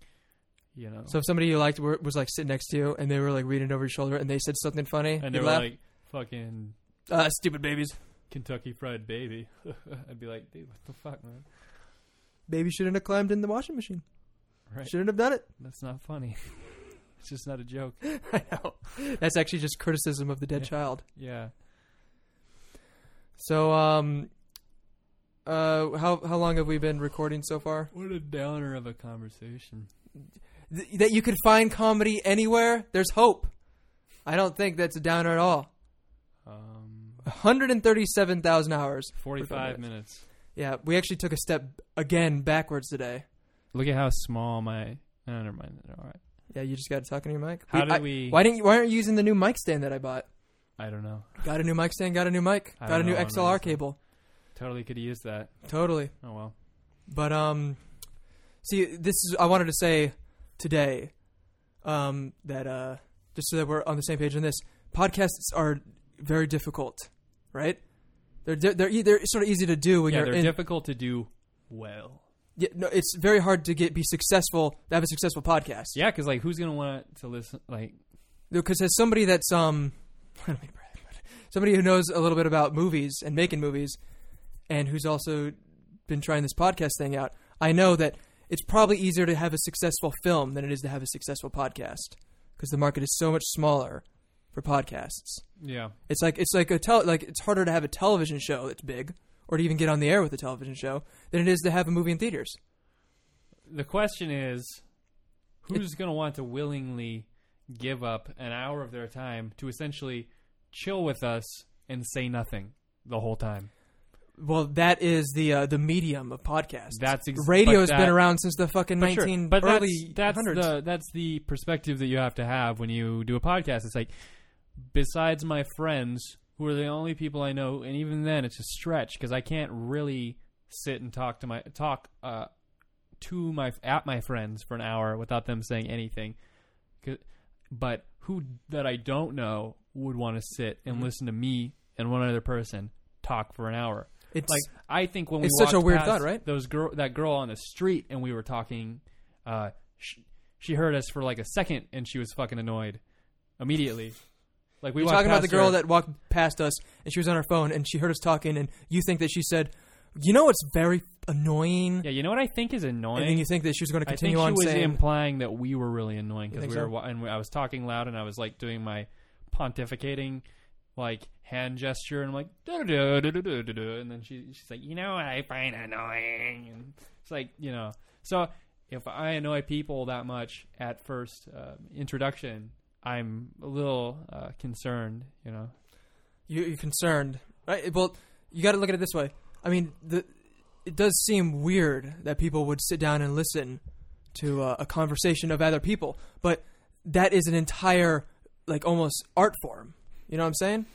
[SPEAKER 2] you know,
[SPEAKER 1] So if somebody you liked were, was like sitting next to you and they were like reading over your shoulder and they said something funny,
[SPEAKER 2] and
[SPEAKER 1] you
[SPEAKER 2] they were
[SPEAKER 1] laugh,
[SPEAKER 2] like fucking
[SPEAKER 1] uh, "Stupid babies,
[SPEAKER 2] Kentucky Fried Baby, I'd be like, dude, what the fuck, man?
[SPEAKER 1] baby shouldn't have climbed in the washing machine.
[SPEAKER 2] Right.
[SPEAKER 1] Shouldn't have done it."
[SPEAKER 2] That's not funny. it's just not a joke.
[SPEAKER 1] I know. That's actually just criticism of the dead
[SPEAKER 2] Yeah.
[SPEAKER 1] child.
[SPEAKER 2] Yeah.
[SPEAKER 1] So, um, uh, how how long have we been recording so far?
[SPEAKER 2] What a downer of a conversation.
[SPEAKER 1] Th- that you could find comedy anywhere. There's hope. I don't think that's a downer at all.
[SPEAKER 2] Um,
[SPEAKER 1] 137,000 hours.
[SPEAKER 2] 45 minutes.
[SPEAKER 1] Yeah, we actually took a step again backwards today.
[SPEAKER 2] Look at how small my. No, never mind. All right.
[SPEAKER 1] Yeah, you just got to talk into your mic.
[SPEAKER 2] How did
[SPEAKER 1] I-
[SPEAKER 2] we-
[SPEAKER 1] Why didn't you? Why aren't you using the new mic stand that I bought?
[SPEAKER 2] I don't know.
[SPEAKER 1] Got a new mic stand. Got a new mic.
[SPEAKER 2] I
[SPEAKER 1] Got a
[SPEAKER 2] don't
[SPEAKER 1] new
[SPEAKER 2] know, I'm
[SPEAKER 1] XLR
[SPEAKER 2] not using it.
[SPEAKER 1] cable.
[SPEAKER 2] Totally could have used that.
[SPEAKER 1] Totally.
[SPEAKER 2] Oh, well.
[SPEAKER 1] But um, see, this is I wanted to say today, um, that uh, just so that we're on the same page on this, podcasts are very difficult, right? They're di- they're e- they're sort of easy to do when
[SPEAKER 2] yeah,
[SPEAKER 1] you're
[SPEAKER 2] they're
[SPEAKER 1] in.
[SPEAKER 2] difficult to do well.
[SPEAKER 1] yeah, no, it's very hard to get be successful to have a successful podcast.
[SPEAKER 2] Yeah, because, like, who's going to want to listen? Like,
[SPEAKER 1] because as somebody that's um, I don't mean to brag, but somebody who knows a little bit about movies and making movies, and who's also been trying this podcast thing out, I know that it's probably easier to have a successful film than it is to have a successful podcast because the market is so much smaller for podcasts.
[SPEAKER 2] yeah.
[SPEAKER 1] It's like it's like a tele- like it's harder to have a television show that's big or to even get on the air with a television show than it is to have a movie in theaters.
[SPEAKER 2] The question is who's going to want to willingly give up an hour of their time to essentially chill with us and say nothing the whole time?
[SPEAKER 1] Well, that is the uh, the medium of podcasts.
[SPEAKER 2] That's ex-
[SPEAKER 1] radio
[SPEAKER 2] but
[SPEAKER 1] has been
[SPEAKER 2] that-
[SPEAKER 1] around since the fucking
[SPEAKER 2] But sure,
[SPEAKER 1] nineteen
[SPEAKER 2] but
[SPEAKER 1] early
[SPEAKER 2] that's, that's
[SPEAKER 1] 100s.
[SPEAKER 2] the that's the perspective that you have to have when you do a podcast. It's like besides my friends who are the only people I know, and even then it's a stretch because I can't really sit and talk to my talk uh, to my at my friends for an hour without them saying anything. 'Cause- But who that I don't know would want to sit and
[SPEAKER 1] Mm-hmm.
[SPEAKER 2] listen to me and one other person talk for an hour
[SPEAKER 1] It's
[SPEAKER 2] like I think when we
[SPEAKER 1] It's such a
[SPEAKER 2] walked
[SPEAKER 1] weird
[SPEAKER 2] past
[SPEAKER 1] thought, right?
[SPEAKER 2] Those girl, that girl on the street, and we were talking. Uh, she, she heard us for like a second, and she was fucking annoyed immediately. Like
[SPEAKER 1] we
[SPEAKER 2] we
[SPEAKER 1] are
[SPEAKER 2] walked
[SPEAKER 1] talking about the
[SPEAKER 2] past
[SPEAKER 1] girl
[SPEAKER 2] her-
[SPEAKER 1] that walked past us and she was on her phone and she heard us talking and you think that she said, "You know what's very annoying?"
[SPEAKER 2] Yeah, you know what I think is
[SPEAKER 1] and
[SPEAKER 2] annoying.
[SPEAKER 1] then you think that she was going to
[SPEAKER 2] I think
[SPEAKER 1] continue
[SPEAKER 2] she
[SPEAKER 1] on
[SPEAKER 2] was
[SPEAKER 1] saying,
[SPEAKER 2] implying that we were really annoying because
[SPEAKER 1] think
[SPEAKER 2] we
[SPEAKER 1] so?
[SPEAKER 2] were, wa- and we, I was talking loud, and I was like doing my pontificating, like hand gesture, and I'm like, "Da, da, da, da, da, da, da," and then she she's like, you know, what I find annoying, and it's like, you know, so if I annoy people that much at first uh, introduction, I'm a little uh, concerned, you know.
[SPEAKER 1] you, "You're concerned." Right? Well, you got to look at it this way. I mean, the it does seem weird that people would sit down and listen to uh, a conversation of other people, but that is an entire like almost art form. You know what I'm saying?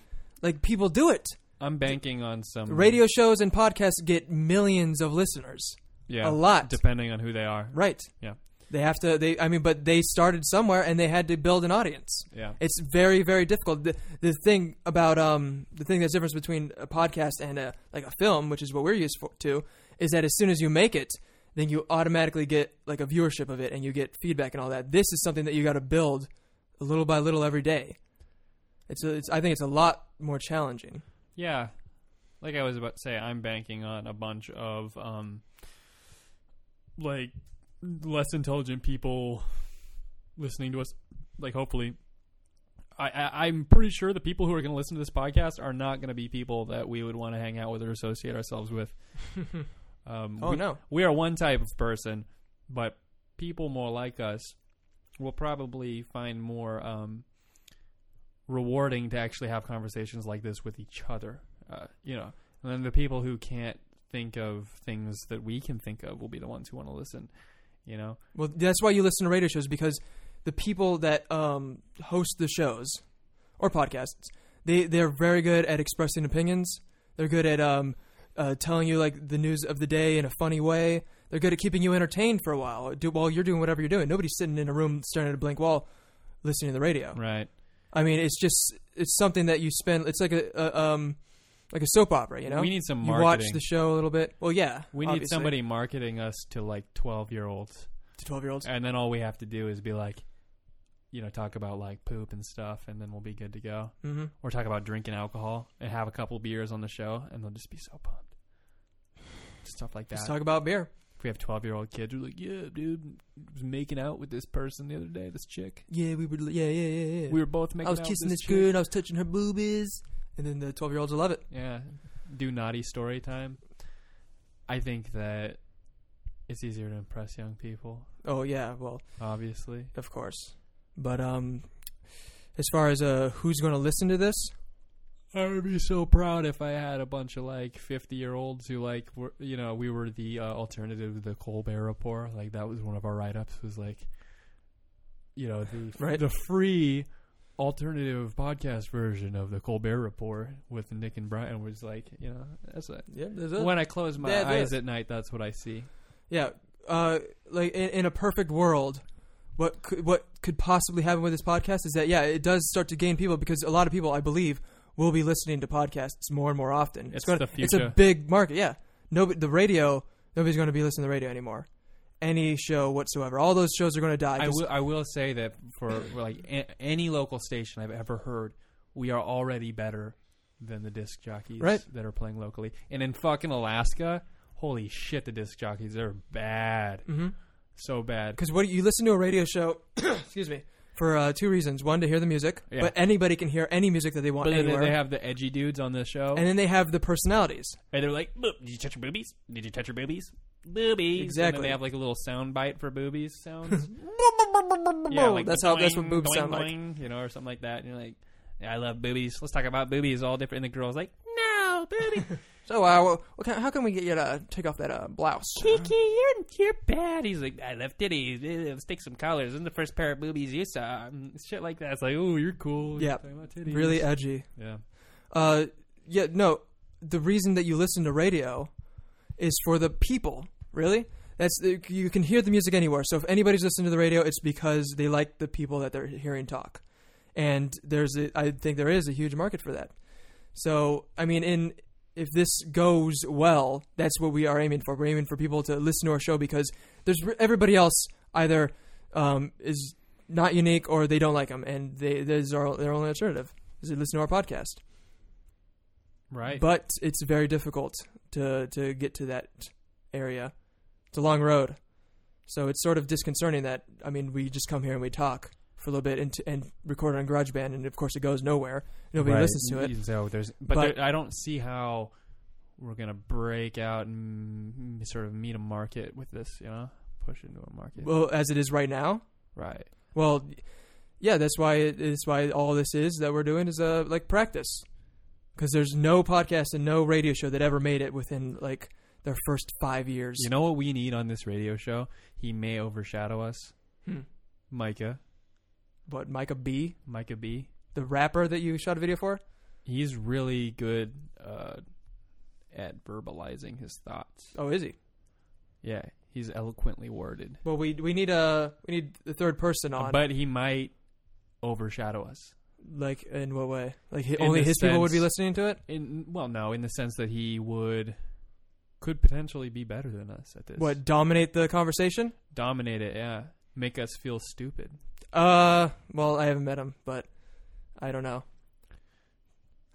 [SPEAKER 1] Like people do it.
[SPEAKER 2] I'm banking on some
[SPEAKER 1] Radio shows and podcasts get millions of listeners.
[SPEAKER 2] yeah,
[SPEAKER 1] a lot.
[SPEAKER 2] depending on who they are.
[SPEAKER 1] Right.
[SPEAKER 2] Yeah,
[SPEAKER 1] They have to. They. I mean, but they started somewhere, and they had to build an audience.
[SPEAKER 2] Yeah.
[SPEAKER 1] It's very, very difficult. The, the thing about um the thing that's difference between a podcast and a like a film, which is what we're used for, to, is that as soon as you make it, then you automatically get like a viewership of it, and you get feedback and all that. This is something that you got to build, little by little every day. It's, a, it's. I think it's a lot more challenging.
[SPEAKER 2] Yeah. Like I was about to say, I'm banking on a bunch of um like less intelligent people listening to us. Like hopefully I, I I'm pretty sure the people who are gonna listen to this podcast are not gonna be people that we would want to hang out with or associate ourselves with. um
[SPEAKER 1] Oh,
[SPEAKER 2] we-
[SPEAKER 1] no.
[SPEAKER 2] We are one type of person, but people more like us will probably find more um rewarding to actually have conversations like this with each other. Uh, you know, and then the people who can't think of things that we can think of will be the ones who want to listen. You know,
[SPEAKER 1] Well, that's why you listen to radio shows because the people that um, host the shows or podcasts, they they're very good at expressing opinions. They're good at um, uh, telling you like the news of the day in a funny way. They're good at keeping you entertained for a while do, while you're doing whatever you're doing. Nobody's sitting in a room staring at a blank wall, listening to the radio.
[SPEAKER 2] Right.
[SPEAKER 1] I mean, it's just it's something that you spend. It's like a, a um, like a soap opera. You know,
[SPEAKER 2] We need some
[SPEAKER 1] You watch
[SPEAKER 2] marketing.
[SPEAKER 1] the show a little bit. Well, yeah,
[SPEAKER 2] We need
[SPEAKER 1] obviously.
[SPEAKER 2] somebody marketing us to like twelve year olds,
[SPEAKER 1] to twelve year olds.
[SPEAKER 2] and then all we have to do is be like, you know, talk about like poop and stuff, and then we'll be good to go. Mm-hmm. Or talk about drinking alcohol and have a couple beers on the show, and they'll just be so pumped. Stuff like that.
[SPEAKER 1] Let's talk about beer.
[SPEAKER 2] if we have twelve year old kids, we're like, yeah, dude, was making out with this person the other day, this chick.
[SPEAKER 1] Yeah, we were. Yeah, yeah, yeah, yeah.
[SPEAKER 2] We were both making.
[SPEAKER 1] I was
[SPEAKER 2] out with
[SPEAKER 1] kissing
[SPEAKER 2] this
[SPEAKER 1] this
[SPEAKER 2] chick.
[SPEAKER 1] girl. and I was touching her boobies, and then the twelve year olds will love it.
[SPEAKER 2] yeah, do naughty story time. I think that it's easier to impress young people,
[SPEAKER 1] Oh yeah, well,
[SPEAKER 2] obviously.
[SPEAKER 1] of course. But um, as far as uh, who's going to listen to this?
[SPEAKER 2] I would be so proud if I had a bunch of like 50 year olds who like were, you know, we were the uh, alternative to the Colbert Report. Like that was one of our write ups was like, you know, the,
[SPEAKER 1] Right.
[SPEAKER 2] the free alternative podcast version of the Colbert Report with Nick and Brian was like, you know, that's it.
[SPEAKER 1] Yeah,
[SPEAKER 2] When I close my
[SPEAKER 1] Yeah, it
[SPEAKER 2] eyes
[SPEAKER 1] is.
[SPEAKER 2] at night, that's what I see.
[SPEAKER 1] yeah. Uh, like in, in a perfect world, what could, what could possibly happen with this podcast is that yeah, it does start to gain people because a lot of people, I believe, will be listening to podcasts more and more often.
[SPEAKER 2] It's
[SPEAKER 1] gonna,
[SPEAKER 2] the
[SPEAKER 1] It's a
[SPEAKER 2] future.
[SPEAKER 1] big market. Yeah, nobody. The radio. Nobody's going to be listening to the radio anymore. Any show whatsoever. All those shows are going to die.
[SPEAKER 2] I
[SPEAKER 1] 'cause-
[SPEAKER 2] will, I will say that for like a- any local station I've ever heard, we are already better than the disc jockeys
[SPEAKER 1] Right.
[SPEAKER 2] that are playing locally. And in fucking Alaska, holy shit, the disc jockeys they're bad, mm-hmm. so bad.
[SPEAKER 1] because what you listen to a radio show, excuse me, for uh, two reasons. One, to hear the music,
[SPEAKER 2] Yeah.
[SPEAKER 1] but anybody can hear any music that they want
[SPEAKER 2] But then
[SPEAKER 1] anywhere.
[SPEAKER 2] they have the edgy dudes on the show,
[SPEAKER 1] and then they have the personalities.
[SPEAKER 2] and they're like, "Boop, "Did you touch your boobies? Did you touch your boobies? Boobies." And then
[SPEAKER 1] Exactly.
[SPEAKER 2] they have like a little sound bite for boobies sounds. like
[SPEAKER 1] that's how that's what
[SPEAKER 2] boing,
[SPEAKER 1] boobs
[SPEAKER 2] boing,
[SPEAKER 1] sound like.
[SPEAKER 2] boing, You know, or something like that. And you're like, yeah, I love boobies. Let's talk about boobies. All different. And the girl's like, no, boobies.
[SPEAKER 1] So, uh, what, what can, how can we get you to take off that uh, blouse?
[SPEAKER 2] Kiki, you're, you're bad. He's like, I love titties. Eh, Let's take some collars. This is the first pair of boobies you saw. And shit like that. It's like, oh, you're cool.
[SPEAKER 1] Yeah,
[SPEAKER 2] You're talking about titties.
[SPEAKER 1] really edgy.
[SPEAKER 2] Yeah.
[SPEAKER 1] Uh, yeah, no. The reason that you listen to radio is for the people. Really, that's the, you can hear the music anywhere. So if anybody's listening to the radio, it's because they like the people that they're hearing talk. And there's, a, I think there is a huge market for that. So I mean, in if this goes well, that's what we are aiming for. We're aiming for people to listen to our show because there's everybody else either um, is not unique or they don't like them, and they there's our their only alternative is to listen to our podcast
[SPEAKER 2] Right.
[SPEAKER 1] but it's very difficult to to get to that area. It's a long road, so it's sort of disconcerting that I mean we just come here and we talk for a little bit and t- and record on GarageBand, and of course it goes nowhere. Nobody listens to it.
[SPEAKER 2] So there's, but,
[SPEAKER 1] But-
[SPEAKER 2] there, I don't see how we're going to break out and mm, sort of meet a market with this, you know? Push into a market.
[SPEAKER 1] Well, as it is right now.
[SPEAKER 2] right.
[SPEAKER 1] Well, yeah, that's why it is why all this is that we're doing is uh like practice, because there's no podcast and no radio show that ever made it within like their first five years.
[SPEAKER 2] You know what we need on this radio show? He may overshadow us.
[SPEAKER 1] Hmm.
[SPEAKER 2] Micah.
[SPEAKER 1] what Micah B,
[SPEAKER 2] Micah B.
[SPEAKER 1] the rapper that you shot a video for?
[SPEAKER 2] He's really good uh, at verbalizing his thoughts.
[SPEAKER 1] Oh, is he?
[SPEAKER 2] Yeah, he's eloquently worded.
[SPEAKER 1] Well, we we need a we need the third person on,
[SPEAKER 2] But he might overshadow us.
[SPEAKER 1] like in what way? Like hi-
[SPEAKER 2] In
[SPEAKER 1] only
[SPEAKER 2] the
[SPEAKER 1] his people would be
[SPEAKER 2] sense-
[SPEAKER 1] listening to it.
[SPEAKER 2] In well, no, in the sense that he would could potentially be better than us at this.
[SPEAKER 1] What dominate the conversation?
[SPEAKER 2] dominate it? Yeah, make us feel stupid.
[SPEAKER 1] Uh, well, I haven't met him, but I don't know.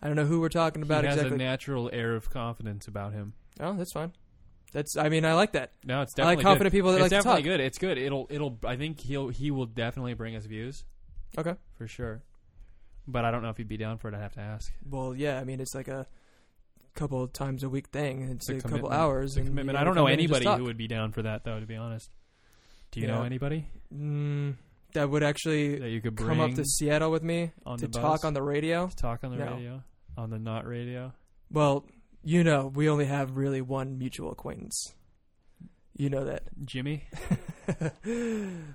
[SPEAKER 1] I don't know who we're talking about
[SPEAKER 2] he has
[SPEAKER 1] exactly.
[SPEAKER 2] a natural air of confidence about him.
[SPEAKER 1] oh, that's fine. That's I mean I like that.
[SPEAKER 2] No, it's
[SPEAKER 1] I like
[SPEAKER 2] definitely
[SPEAKER 1] confident
[SPEAKER 2] good.
[SPEAKER 1] people that
[SPEAKER 2] it's
[SPEAKER 1] like to
[SPEAKER 2] definitely
[SPEAKER 1] talk.
[SPEAKER 2] good. It's good. It'll it'll. I think he'll he will definitely bring us views
[SPEAKER 1] Okay.
[SPEAKER 2] for sure. But I don't know if he'd be down for it. I'd have to ask.
[SPEAKER 1] Well, yeah. I mean it's like a couple times a week thing. It's
[SPEAKER 2] It's
[SPEAKER 1] a,
[SPEAKER 2] a
[SPEAKER 1] couple
[SPEAKER 2] commitment.
[SPEAKER 1] hours.
[SPEAKER 2] It's a
[SPEAKER 1] and you
[SPEAKER 2] commitment.
[SPEAKER 1] gotta
[SPEAKER 2] I don't know
[SPEAKER 1] come in and just
[SPEAKER 2] anybody
[SPEAKER 1] talk.
[SPEAKER 2] who would be down for that, though. To be honest, do you
[SPEAKER 1] Yeah.
[SPEAKER 2] know anybody
[SPEAKER 1] Mm, that would
[SPEAKER 2] that
[SPEAKER 1] actually
[SPEAKER 2] you could bring
[SPEAKER 1] come up to Seattle with me
[SPEAKER 2] on
[SPEAKER 1] to
[SPEAKER 2] the
[SPEAKER 1] talk
[SPEAKER 2] bus?
[SPEAKER 1] on the radio.
[SPEAKER 2] to talk on the
[SPEAKER 1] No.
[SPEAKER 2] radio, on the not radio?
[SPEAKER 1] Well, you know, we only have really one mutual acquaintance. You know that.
[SPEAKER 2] Jimmy,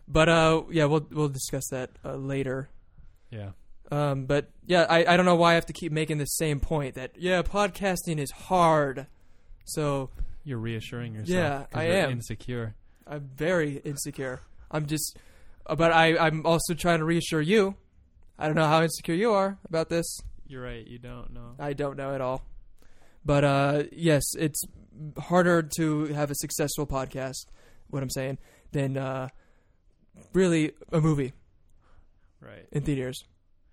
[SPEAKER 1] But uh yeah, we'll we'll discuss that uh, later.
[SPEAKER 2] yeah,
[SPEAKER 1] Um, but yeah, I, I don't know why I have to keep making the same point that yeah, podcasting is hard. So
[SPEAKER 2] You're reassuring yourself.
[SPEAKER 1] Yeah,
[SPEAKER 2] 'cause
[SPEAKER 1] I
[SPEAKER 2] you're
[SPEAKER 1] am.
[SPEAKER 2] insecure.
[SPEAKER 1] I'm very insecure. I'm just, uh, but I I'm also trying to reassure you. I don't know how insecure you are about this.
[SPEAKER 2] You're right. You don't know.
[SPEAKER 1] I don't know at all. But uh, yes, it's harder to have a successful podcast. What I'm saying than uh, really a movie
[SPEAKER 2] Right.
[SPEAKER 1] in theaters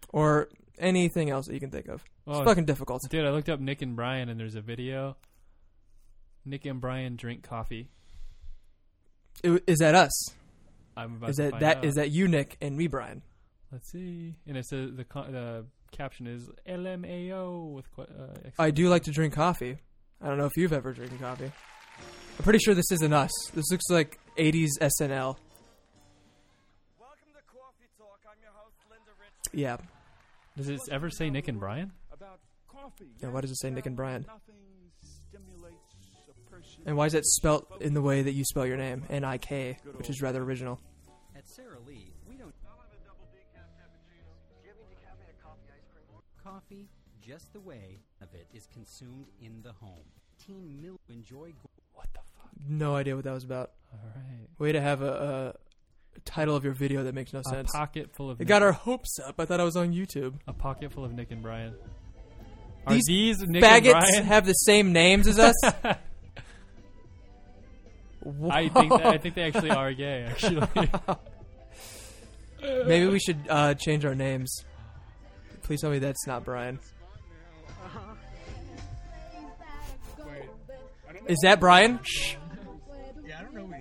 [SPEAKER 1] or anything else that you can think of.
[SPEAKER 2] Oh,
[SPEAKER 1] it's fucking difficult.
[SPEAKER 2] dude, I looked up Nick and Brian, and there's a video. Nick and Brian drink coffee.
[SPEAKER 1] I- Is that us?
[SPEAKER 2] I'm about
[SPEAKER 1] Is
[SPEAKER 2] to
[SPEAKER 1] that
[SPEAKER 2] find
[SPEAKER 1] that is
[SPEAKER 2] out.
[SPEAKER 1] that you, Nick, and me, Brian?
[SPEAKER 2] Let's see. And it says the co- the caption is LMAO with qu- uh, ex-
[SPEAKER 1] I do like to drink coffee. I don't know if you've ever drinking coffee. I'm pretty sure this isn't us. This looks like 80s SNL.
[SPEAKER 9] Welcome to Coffee Talk. I'm your host, Linda Rich.
[SPEAKER 1] Yeah.
[SPEAKER 2] Does it ever say Nick and Brian?
[SPEAKER 9] About coffee.
[SPEAKER 1] Yeah, why does it say Nick and Brian?
[SPEAKER 9] Nothing stimulates a person.
[SPEAKER 1] And why is that spelt in the way that you spell your name, N I K, which is rather original?
[SPEAKER 10] At Sara Lee, we don't coffee just the way of it is consumed in the home. Teen Mill enjoy. Go-
[SPEAKER 2] What the fuck?
[SPEAKER 1] No idea what that was about.
[SPEAKER 2] All right.
[SPEAKER 1] Way to have a, a title of your video that makes no
[SPEAKER 2] A
[SPEAKER 1] sense.
[SPEAKER 2] pocket full of
[SPEAKER 1] It
[SPEAKER 2] Nick-
[SPEAKER 1] got our hopes up. I thought I was on YouTube.
[SPEAKER 2] a pocket full of Nick and Brian. Are
[SPEAKER 1] These
[SPEAKER 2] these, Nick and
[SPEAKER 1] Faggots
[SPEAKER 2] Brian?
[SPEAKER 1] have the same names as us.
[SPEAKER 2] I think that, I think they actually are gay. Actually,
[SPEAKER 1] Maybe we should uh, change our names. Please tell me that's not Brian. Is that Brian? Shh.
[SPEAKER 6] Yeah, I don't know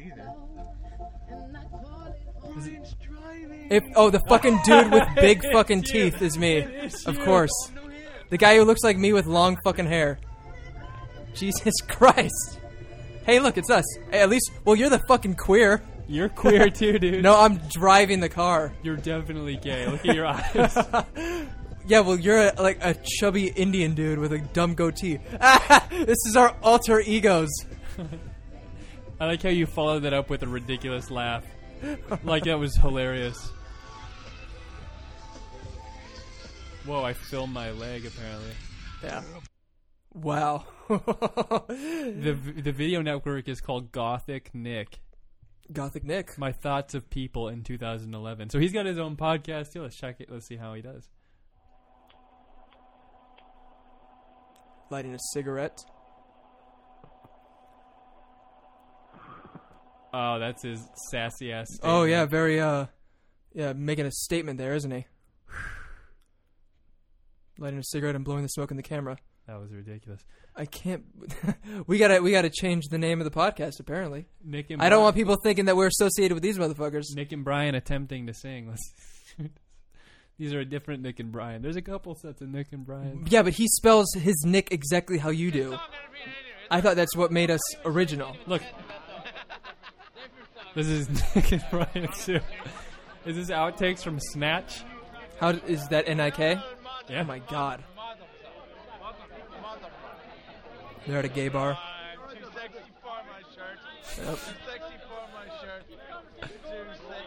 [SPEAKER 6] either.
[SPEAKER 1] If, oh, the fucking dude with big fucking teeth is me. Of course. The guy who looks like me with long fucking hair. Jesus Christ. Hey, look, it's us. Hey, at least, well, you're the fucking queer.
[SPEAKER 2] you're queer too, dude.
[SPEAKER 1] No, I'm driving the car.
[SPEAKER 2] you're definitely gay. Look at your eyes.
[SPEAKER 1] Yeah, well, you're a, like a chubby Indian dude with a dumb goatee. this is our alter egos.
[SPEAKER 2] I like how you followed that up with a ridiculous laugh. Like that was hilarious. Whoa! I filmed my leg apparently.
[SPEAKER 1] Yeah. Wow.
[SPEAKER 2] The v- the video network is called Gothic Nick.
[SPEAKER 1] Gothic Nick.
[SPEAKER 2] My thoughts of people in 2011. So he's got his own podcast too. Let's check it. Let's see how he does.
[SPEAKER 1] Lighting a cigarette.
[SPEAKER 2] Oh, that's his sassy ass.
[SPEAKER 1] Oh,
[SPEAKER 2] statement.
[SPEAKER 1] yeah, very, uh, yeah, making a statement there, isn't he? Lighting a cigarette and blowing the smoke in the camera.
[SPEAKER 2] that was ridiculous.
[SPEAKER 1] I can't. we gotta, we gotta change the name of the podcast. Apparently,
[SPEAKER 2] Nick and
[SPEAKER 1] I don't
[SPEAKER 2] Brian-
[SPEAKER 1] want people thinking that we're associated with these motherfuckers.
[SPEAKER 2] Nick and Brian attempting to sing. Let's- These are a different Nick and Brian. There's a couple sets of Nick and Brian.
[SPEAKER 1] Yeah, but he spells his Nick exactly how you do. I thought that's what made us original.
[SPEAKER 2] Look, this is Nick and Brian too. Is this outtakes from Snatch?
[SPEAKER 1] How d- is that N-I-K?
[SPEAKER 2] Yeah,
[SPEAKER 1] Oh my god. They're at a gay bar.
[SPEAKER 9] I'm too sexy for my shirt.
[SPEAKER 1] Yep.
[SPEAKER 9] Too sexy for my shirt. Too sexy.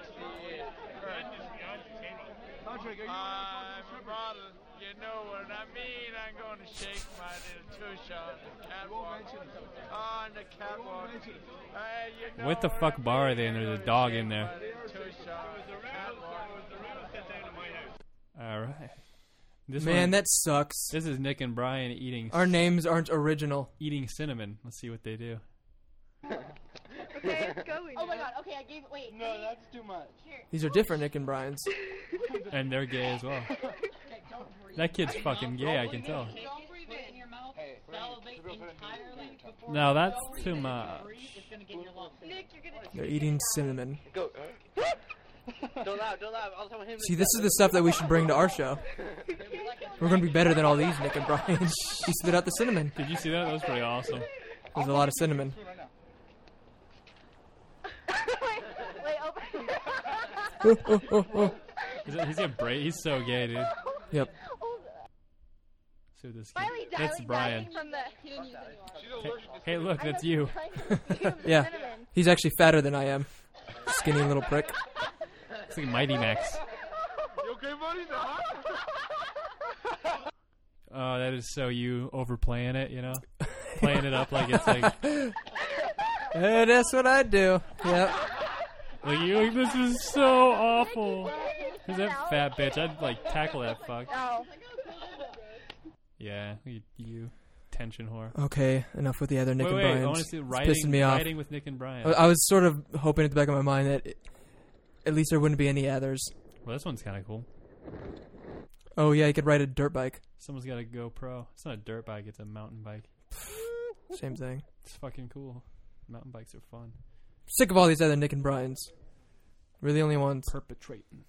[SPEAKER 9] I'm a model. You know what I mean. I'm going to shake my little tush on the catwalk. On the catwalk. Hey, you know
[SPEAKER 2] What the
[SPEAKER 9] what
[SPEAKER 2] fuck
[SPEAKER 9] I
[SPEAKER 2] bar are
[SPEAKER 9] mean.
[SPEAKER 2] they in?
[SPEAKER 9] I'm
[SPEAKER 2] There's a
[SPEAKER 9] gonna
[SPEAKER 2] dog
[SPEAKER 9] shake
[SPEAKER 2] in there.
[SPEAKER 9] my little tush on the catwalk.
[SPEAKER 2] all right. This
[SPEAKER 1] Man,
[SPEAKER 2] one-
[SPEAKER 1] that sucks.
[SPEAKER 2] this is Nick and Brian eating
[SPEAKER 1] Our names aren't original.
[SPEAKER 2] eating cinnamon. Let's see what they do.
[SPEAKER 3] Oh my god, okay, I gave it. Wait.
[SPEAKER 9] No, that's too much.
[SPEAKER 1] These are different Nick and Brian's.
[SPEAKER 2] And they're gay as well. That kid's fucking gay, I can tell.
[SPEAKER 7] Don't breathe in. your mouth. Salivate entirely before
[SPEAKER 2] No, that's too much.
[SPEAKER 7] it's going to get your lungs.
[SPEAKER 1] They're eating cinnamon.
[SPEAKER 10] Go. don't laugh, don't laugh. I'll tell him.
[SPEAKER 1] See, this is the stuff that we should bring to our show. We're gonna be better than all these Nick and Brian's. he spit out the cinnamon.
[SPEAKER 2] Did you see that? That was pretty awesome.
[SPEAKER 1] There's a lot of cinnamon. Oh, oh, oh, oh.
[SPEAKER 2] Is that, he's a bra- He's so gay, dude.
[SPEAKER 1] Yep.
[SPEAKER 2] See what this kid- That's Brian.
[SPEAKER 3] From the, he didn't use any water.
[SPEAKER 2] Hey, look, that's you.
[SPEAKER 1] Yeah. He's actually fatter than I am. Skinny little prick.
[SPEAKER 2] It's like Mighty Max.
[SPEAKER 9] You Great money's a hot.
[SPEAKER 2] Oh, that is so you overplaying it, you know, playing it up like it's like.
[SPEAKER 1] Eh, that's what I do. Yep.
[SPEAKER 2] Like you, this is so awful. Is that fat bitch? I'd like tackle that fuck.
[SPEAKER 11] Oh.
[SPEAKER 2] Yeah, you, you tension whore.
[SPEAKER 1] Okay, enough with the other Nick
[SPEAKER 2] Wait,
[SPEAKER 1] and
[SPEAKER 2] wait,
[SPEAKER 1] Brian.
[SPEAKER 2] I wanna see writing-
[SPEAKER 1] pissing me off. Uh,
[SPEAKER 2] writing with Nick and Brian.
[SPEAKER 1] I, I was sort of hoping at the back of my mind that it, at least there wouldn't be any others.
[SPEAKER 2] Well, this one's kind of cool.
[SPEAKER 1] Oh yeah, you could ride a dirt bike.
[SPEAKER 2] Someone's got a GoPro. It's not a dirt bike; it's a mountain bike.
[SPEAKER 1] Same thing.
[SPEAKER 2] It's fucking cool. Mountain bikes are fun.
[SPEAKER 1] Sick of all these other Nick and Brian's. We're the only ones.
[SPEAKER 2] Perpetrating.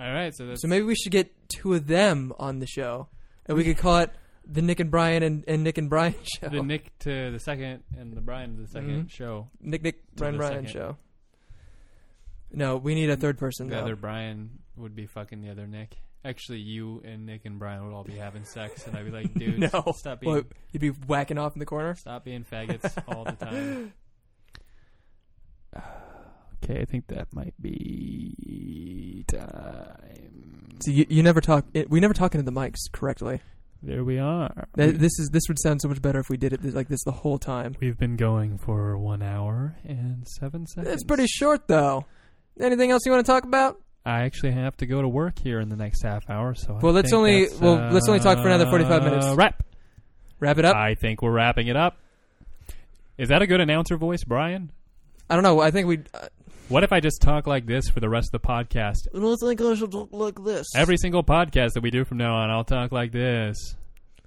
[SPEAKER 2] All right, so that's
[SPEAKER 1] So maybe we should get two of them on the show, and we could call it the Nick and Brian and, and Nick and Brian show.
[SPEAKER 2] the Nick to the second and the Brian to the 2nd
[SPEAKER 1] Mhm.
[SPEAKER 2] show.
[SPEAKER 1] Nick Nick
[SPEAKER 2] To
[SPEAKER 1] Brian
[SPEAKER 2] the
[SPEAKER 1] Brian
[SPEAKER 2] second.
[SPEAKER 1] show. No, we need a third person.
[SPEAKER 2] The
[SPEAKER 1] though.
[SPEAKER 2] other Brian would be fucking the other Nick. Actually, you and Nick and Brian would all be having sex, and I'd be like, dude,
[SPEAKER 1] no,
[SPEAKER 2] stop being
[SPEAKER 1] What, you'd be whacking off in the corner.
[SPEAKER 2] stop being faggots all the time. Okay, I think that might be time.
[SPEAKER 1] So you, you never talk. It, we never talk into the mics correctly.
[SPEAKER 2] There we are.
[SPEAKER 1] Th- This is this would sound so much better if we did it th- like this the whole time.
[SPEAKER 2] We've been going for one hour and seven seconds.
[SPEAKER 1] It's pretty short though. Anything else you want to talk about?
[SPEAKER 2] I actually have to go to work here in the next half hour, so I
[SPEAKER 1] Well, let's
[SPEAKER 2] think
[SPEAKER 1] only-
[SPEAKER 2] that's,
[SPEAKER 1] well, let's only talk for another 45 minutes.
[SPEAKER 2] uh, Wrap,
[SPEAKER 1] wrap it up.
[SPEAKER 2] I think we're wrapping it up. Is that a good announcer voice, Brian?
[SPEAKER 1] I don't know. I think we. Uh,
[SPEAKER 2] What if I just talk like this for the rest of the podcast?
[SPEAKER 1] don't think I should look like this.
[SPEAKER 2] Every single podcast that we do from now on, I'll talk like this.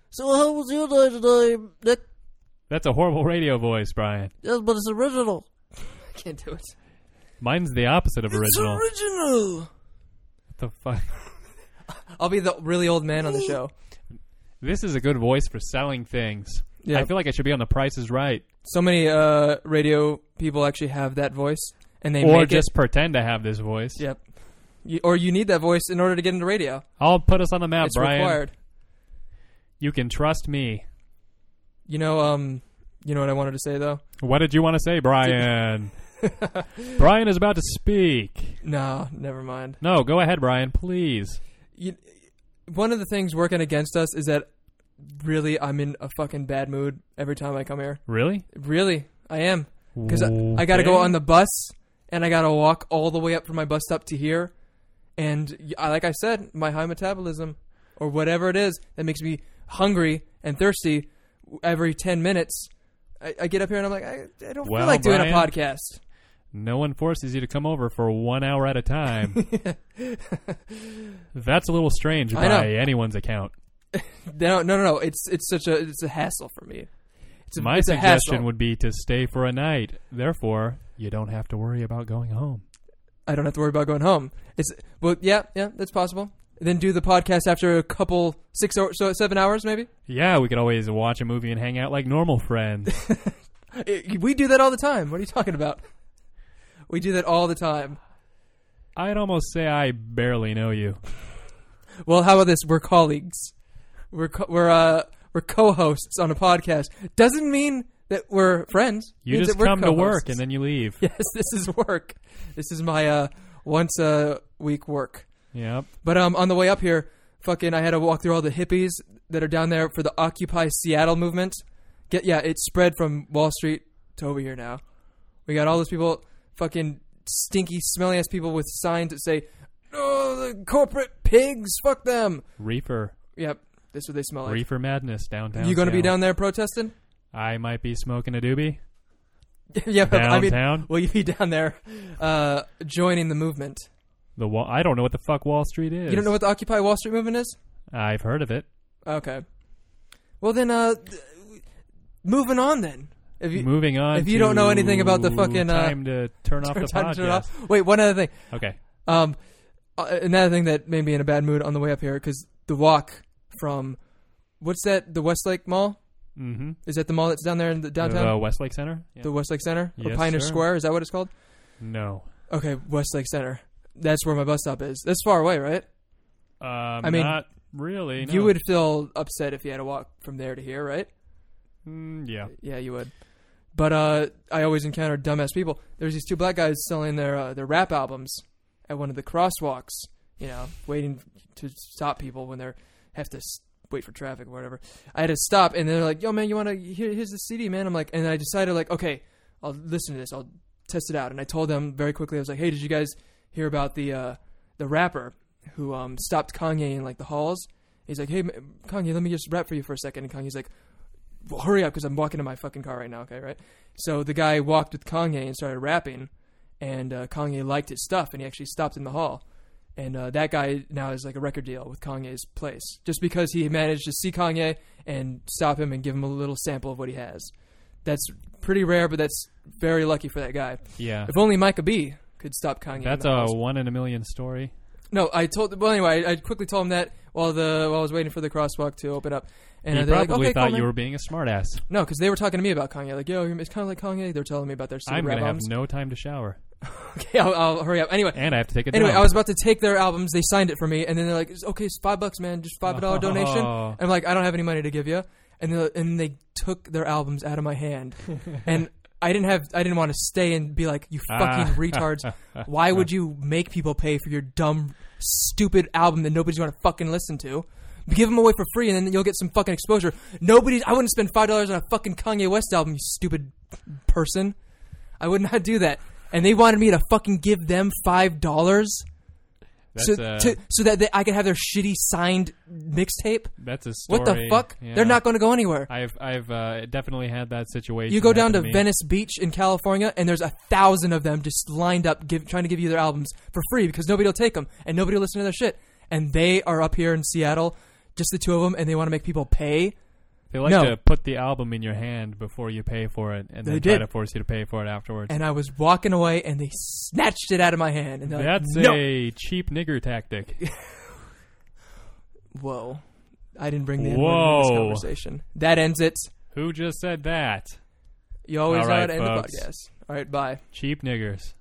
[SPEAKER 1] So how was your day today, Nick?
[SPEAKER 2] That's a horrible radio voice, Brian.
[SPEAKER 1] Yes, but it's original. I can't do it.
[SPEAKER 2] Mine's the opposite of original.
[SPEAKER 1] It's original.
[SPEAKER 2] What the fuck?
[SPEAKER 1] I'll be the really old man on the show.
[SPEAKER 2] This is a good voice for selling things.
[SPEAKER 1] Yeah.
[SPEAKER 2] I feel like I should be on The Price is Right.
[SPEAKER 1] So many uh, radio people actually have that voice, and they
[SPEAKER 2] or
[SPEAKER 1] make
[SPEAKER 2] just
[SPEAKER 1] it.
[SPEAKER 2] pretend to have this voice.
[SPEAKER 1] Yep. You, or you need that voice in order to get into radio.
[SPEAKER 2] I'll put us on the map,
[SPEAKER 1] it's
[SPEAKER 2] Brian.
[SPEAKER 1] required.
[SPEAKER 2] You can trust me.
[SPEAKER 1] You know, um, you know what I wanted to say though.
[SPEAKER 2] What did you want to say, Brian? Brian is about to speak.
[SPEAKER 1] No, never mind.
[SPEAKER 2] No, go ahead, Brian, please.
[SPEAKER 1] You, one of the things working against us is that really I'm in a fucking bad mood every time I come here.
[SPEAKER 2] Really?
[SPEAKER 1] Really, I am because I, I got to go
[SPEAKER 2] Okay.
[SPEAKER 1] on the bus and I got to walk all the way up from my bus stop to here, and y- I, like I said, my high metabolism or whatever it is that makes me hungry and thirsty every ten minutes. I, I get up here and I'm like, I, I don't
[SPEAKER 2] Well,
[SPEAKER 1] feel like doing a
[SPEAKER 2] Brian.
[SPEAKER 1] podcast.
[SPEAKER 2] No one forces you to come over for one hour at a time. That's a little strange
[SPEAKER 1] I know.
[SPEAKER 2] by anyone's account.
[SPEAKER 1] No, no, no, no. It's it's such a it's a hassle for me. It's a,
[SPEAKER 2] My
[SPEAKER 1] it's a
[SPEAKER 2] suggestion
[SPEAKER 1] hassle.
[SPEAKER 2] would be to stay for a night. Therefore, you don't have to worry about going home.
[SPEAKER 1] I don't have to worry about going home. It's well, yeah, yeah, that's possible. Then do the podcast after a couple six or so seven hours, maybe.
[SPEAKER 2] Yeah, we could always watch a movie and hang out like normal friends.
[SPEAKER 1] It- Eh, we do that all the time. What are you talking about? We do that all the time.
[SPEAKER 2] I'd almost say I barely know you.
[SPEAKER 1] Well, how about this? We're colleagues. We're co- we're uh we're co-hosts on a podcast. Doesn't mean that we're friends.
[SPEAKER 2] You
[SPEAKER 1] Means
[SPEAKER 2] just
[SPEAKER 1] that we're
[SPEAKER 2] come to work
[SPEAKER 1] co-hosts.
[SPEAKER 2] and then you leave.
[SPEAKER 1] yes, this is work. This is my uh once a week work.
[SPEAKER 2] Yep.
[SPEAKER 1] But um, on the way up here, fucking, I had to walk through all the hippies that are down there for the Occupy Seattle movement. Get yeah, it spread from Wall Street to over here now. We got all those people, fucking stinky, smelly ass people with signs that say, "Oh, the corporate pigs, fuck them."
[SPEAKER 2] Reefer.
[SPEAKER 1] Yep, that's what they smell like.
[SPEAKER 2] Reefer madness downtown.
[SPEAKER 1] you gonna be
[SPEAKER 2] Seattle.
[SPEAKER 1] down there protesting?
[SPEAKER 2] I might be smoking a doobie.
[SPEAKER 1] yeah, but I mean,
[SPEAKER 2] Downtown?
[SPEAKER 1] will you be down there uh, joining the movement?
[SPEAKER 2] The wall. I don't know what the fuck Wall Street is.
[SPEAKER 1] You don't know what the Occupy Wall Street movement is?
[SPEAKER 2] I've heard of it.
[SPEAKER 1] Okay. Well then, uh, th- moving on then. If you,
[SPEAKER 2] Moving on.
[SPEAKER 1] If you don't know
[SPEAKER 2] to
[SPEAKER 1] anything about the fucking uh,
[SPEAKER 2] time to turn off the
[SPEAKER 1] time
[SPEAKER 2] podcast.
[SPEAKER 1] to turn off- Wait, one other thing.
[SPEAKER 2] Okay.
[SPEAKER 1] Um, uh, another thing that made me in a bad mood on the way up here because the walk from what's that? The Westlake Mall.
[SPEAKER 2] Mm-hmm.
[SPEAKER 1] Is that the mall that's down there in the downtown?
[SPEAKER 2] The Westlake Center. Yeah.
[SPEAKER 1] The Westlake Center or
[SPEAKER 2] Uh, Yes,
[SPEAKER 1] Pioneer
[SPEAKER 2] sir.
[SPEAKER 1] Square? Is that what it's called?
[SPEAKER 2] No.
[SPEAKER 1] Okay, Westlake Center. That's where my bus stop is. That's far away, right?
[SPEAKER 2] Um,
[SPEAKER 1] I mean,
[SPEAKER 2] not really. no.
[SPEAKER 1] You would feel upset if you had to walk from there to here, right?
[SPEAKER 2] Mm, yeah.
[SPEAKER 1] Yeah, you would. But uh, I always encounter dumbass people. There's these two black guys selling their uh, their rap albums at one of the crosswalks, you know, waiting to stop people when they're have to s- wait for traffic or whatever. I had to stop, and they're like, "Yo, man, you want to? Here, here's the CD, man." I'm like, and I decided like, okay, I'll listen to this. I'll test it out. And I told them very quickly. I was like, "Hey, did you guys hear about the uh, the rapper who um, stopped Kanye in like the halls?" He's like, "Hey, m- Kanye, let me just rap for you for a second. And Kanye's like, well, hurry up because I'm walking to my fucking car right now, okay, right? So the guy walked with Kanye and started rapping, and uh, Kanye liked his stuff, and he actually stopped in the hall. And uh, that guy now is like a record deal with Kanye's place, just because he managed to see Kanye and stop him and give him a little sample of what he has. That's pretty rare, but that's very lucky for that guy.
[SPEAKER 2] Yeah.
[SPEAKER 1] If only Micah B could stop Kanye. in
[SPEAKER 2] That's uh,
[SPEAKER 1] the
[SPEAKER 2] a
[SPEAKER 1] halls.
[SPEAKER 2] one in a million story.
[SPEAKER 1] No, I told. Well, anyway, I, I quickly told him that while the while I was waiting for the crosswalk to open up, and
[SPEAKER 2] he
[SPEAKER 1] they're like,
[SPEAKER 2] probably
[SPEAKER 1] okay, cool,
[SPEAKER 2] thought
[SPEAKER 1] man."
[SPEAKER 2] you were being a smartass.
[SPEAKER 1] No, because they were talking to me about Kanye. Like, yo, it's kind of like Kanye. They're telling me about their
[SPEAKER 2] I'm
[SPEAKER 1] super
[SPEAKER 2] gonna have
[SPEAKER 1] albums.
[SPEAKER 2] no time to shower,
[SPEAKER 1] okay, I'll, I'll hurry up. Anyway,
[SPEAKER 2] and I have to take a
[SPEAKER 1] anyway,
[SPEAKER 2] dump.
[SPEAKER 1] I was about to take their albums. They signed it for me, and then they're like, "It's "Okay, it's five bucks, man. Just five dollar donation."
[SPEAKER 2] Oh.
[SPEAKER 1] I'm like, "I don't have any money to give you," and they, and they took their albums out of my hand, and I didn't have I didn't want to stay and be like, "You fucking
[SPEAKER 2] Ah.
[SPEAKER 1] retards! Why would you make people pay for your dumb, stupid album that nobody's going to fucking listen to?" Give them away for free, and then you'll get some fucking exposure. Nobody's. I wouldn't spend five dollars on a fucking Kanye West album, you stupid person. I would not do that. And they wanted me to fucking give them five dollars
[SPEAKER 2] That's
[SPEAKER 1] so,
[SPEAKER 2] a,
[SPEAKER 1] to, so that they, I could have their shitty signed mixtape.
[SPEAKER 2] that's a story.
[SPEAKER 1] What the fuck?
[SPEAKER 2] yeah.
[SPEAKER 1] They're not going to go anywhere.
[SPEAKER 2] I've I've uh, definitely had that situation.
[SPEAKER 1] You go down
[SPEAKER 2] happen
[SPEAKER 1] to
[SPEAKER 2] me.
[SPEAKER 1] Venice Beach in California, and there's a thousand of them just lined up, give, trying to give you their albums for free because nobody will take them and nobody will listen to their shit. And they are up here in Seattle, just the two of them, and they want to make people pay.
[SPEAKER 2] They like
[SPEAKER 1] No.
[SPEAKER 2] to put the album in your hand before you pay for it, and
[SPEAKER 1] They
[SPEAKER 2] then try
[SPEAKER 1] did.
[SPEAKER 2] to force you to pay for it afterwards.
[SPEAKER 1] And I was walking away, and they snatched it out of my hand. And they're
[SPEAKER 2] That's
[SPEAKER 1] like, uh, no.
[SPEAKER 2] a cheap nigger tactic.
[SPEAKER 1] Whoa. I didn't bring the N word into
[SPEAKER 2] Whoa.
[SPEAKER 1] this conversation. That ends it.
[SPEAKER 2] Who just said that?
[SPEAKER 1] You always
[SPEAKER 2] All
[SPEAKER 1] know how
[SPEAKER 2] right,
[SPEAKER 1] to end
[SPEAKER 2] folks.
[SPEAKER 1] the podcast. All right, bye.
[SPEAKER 2] Cheap niggers.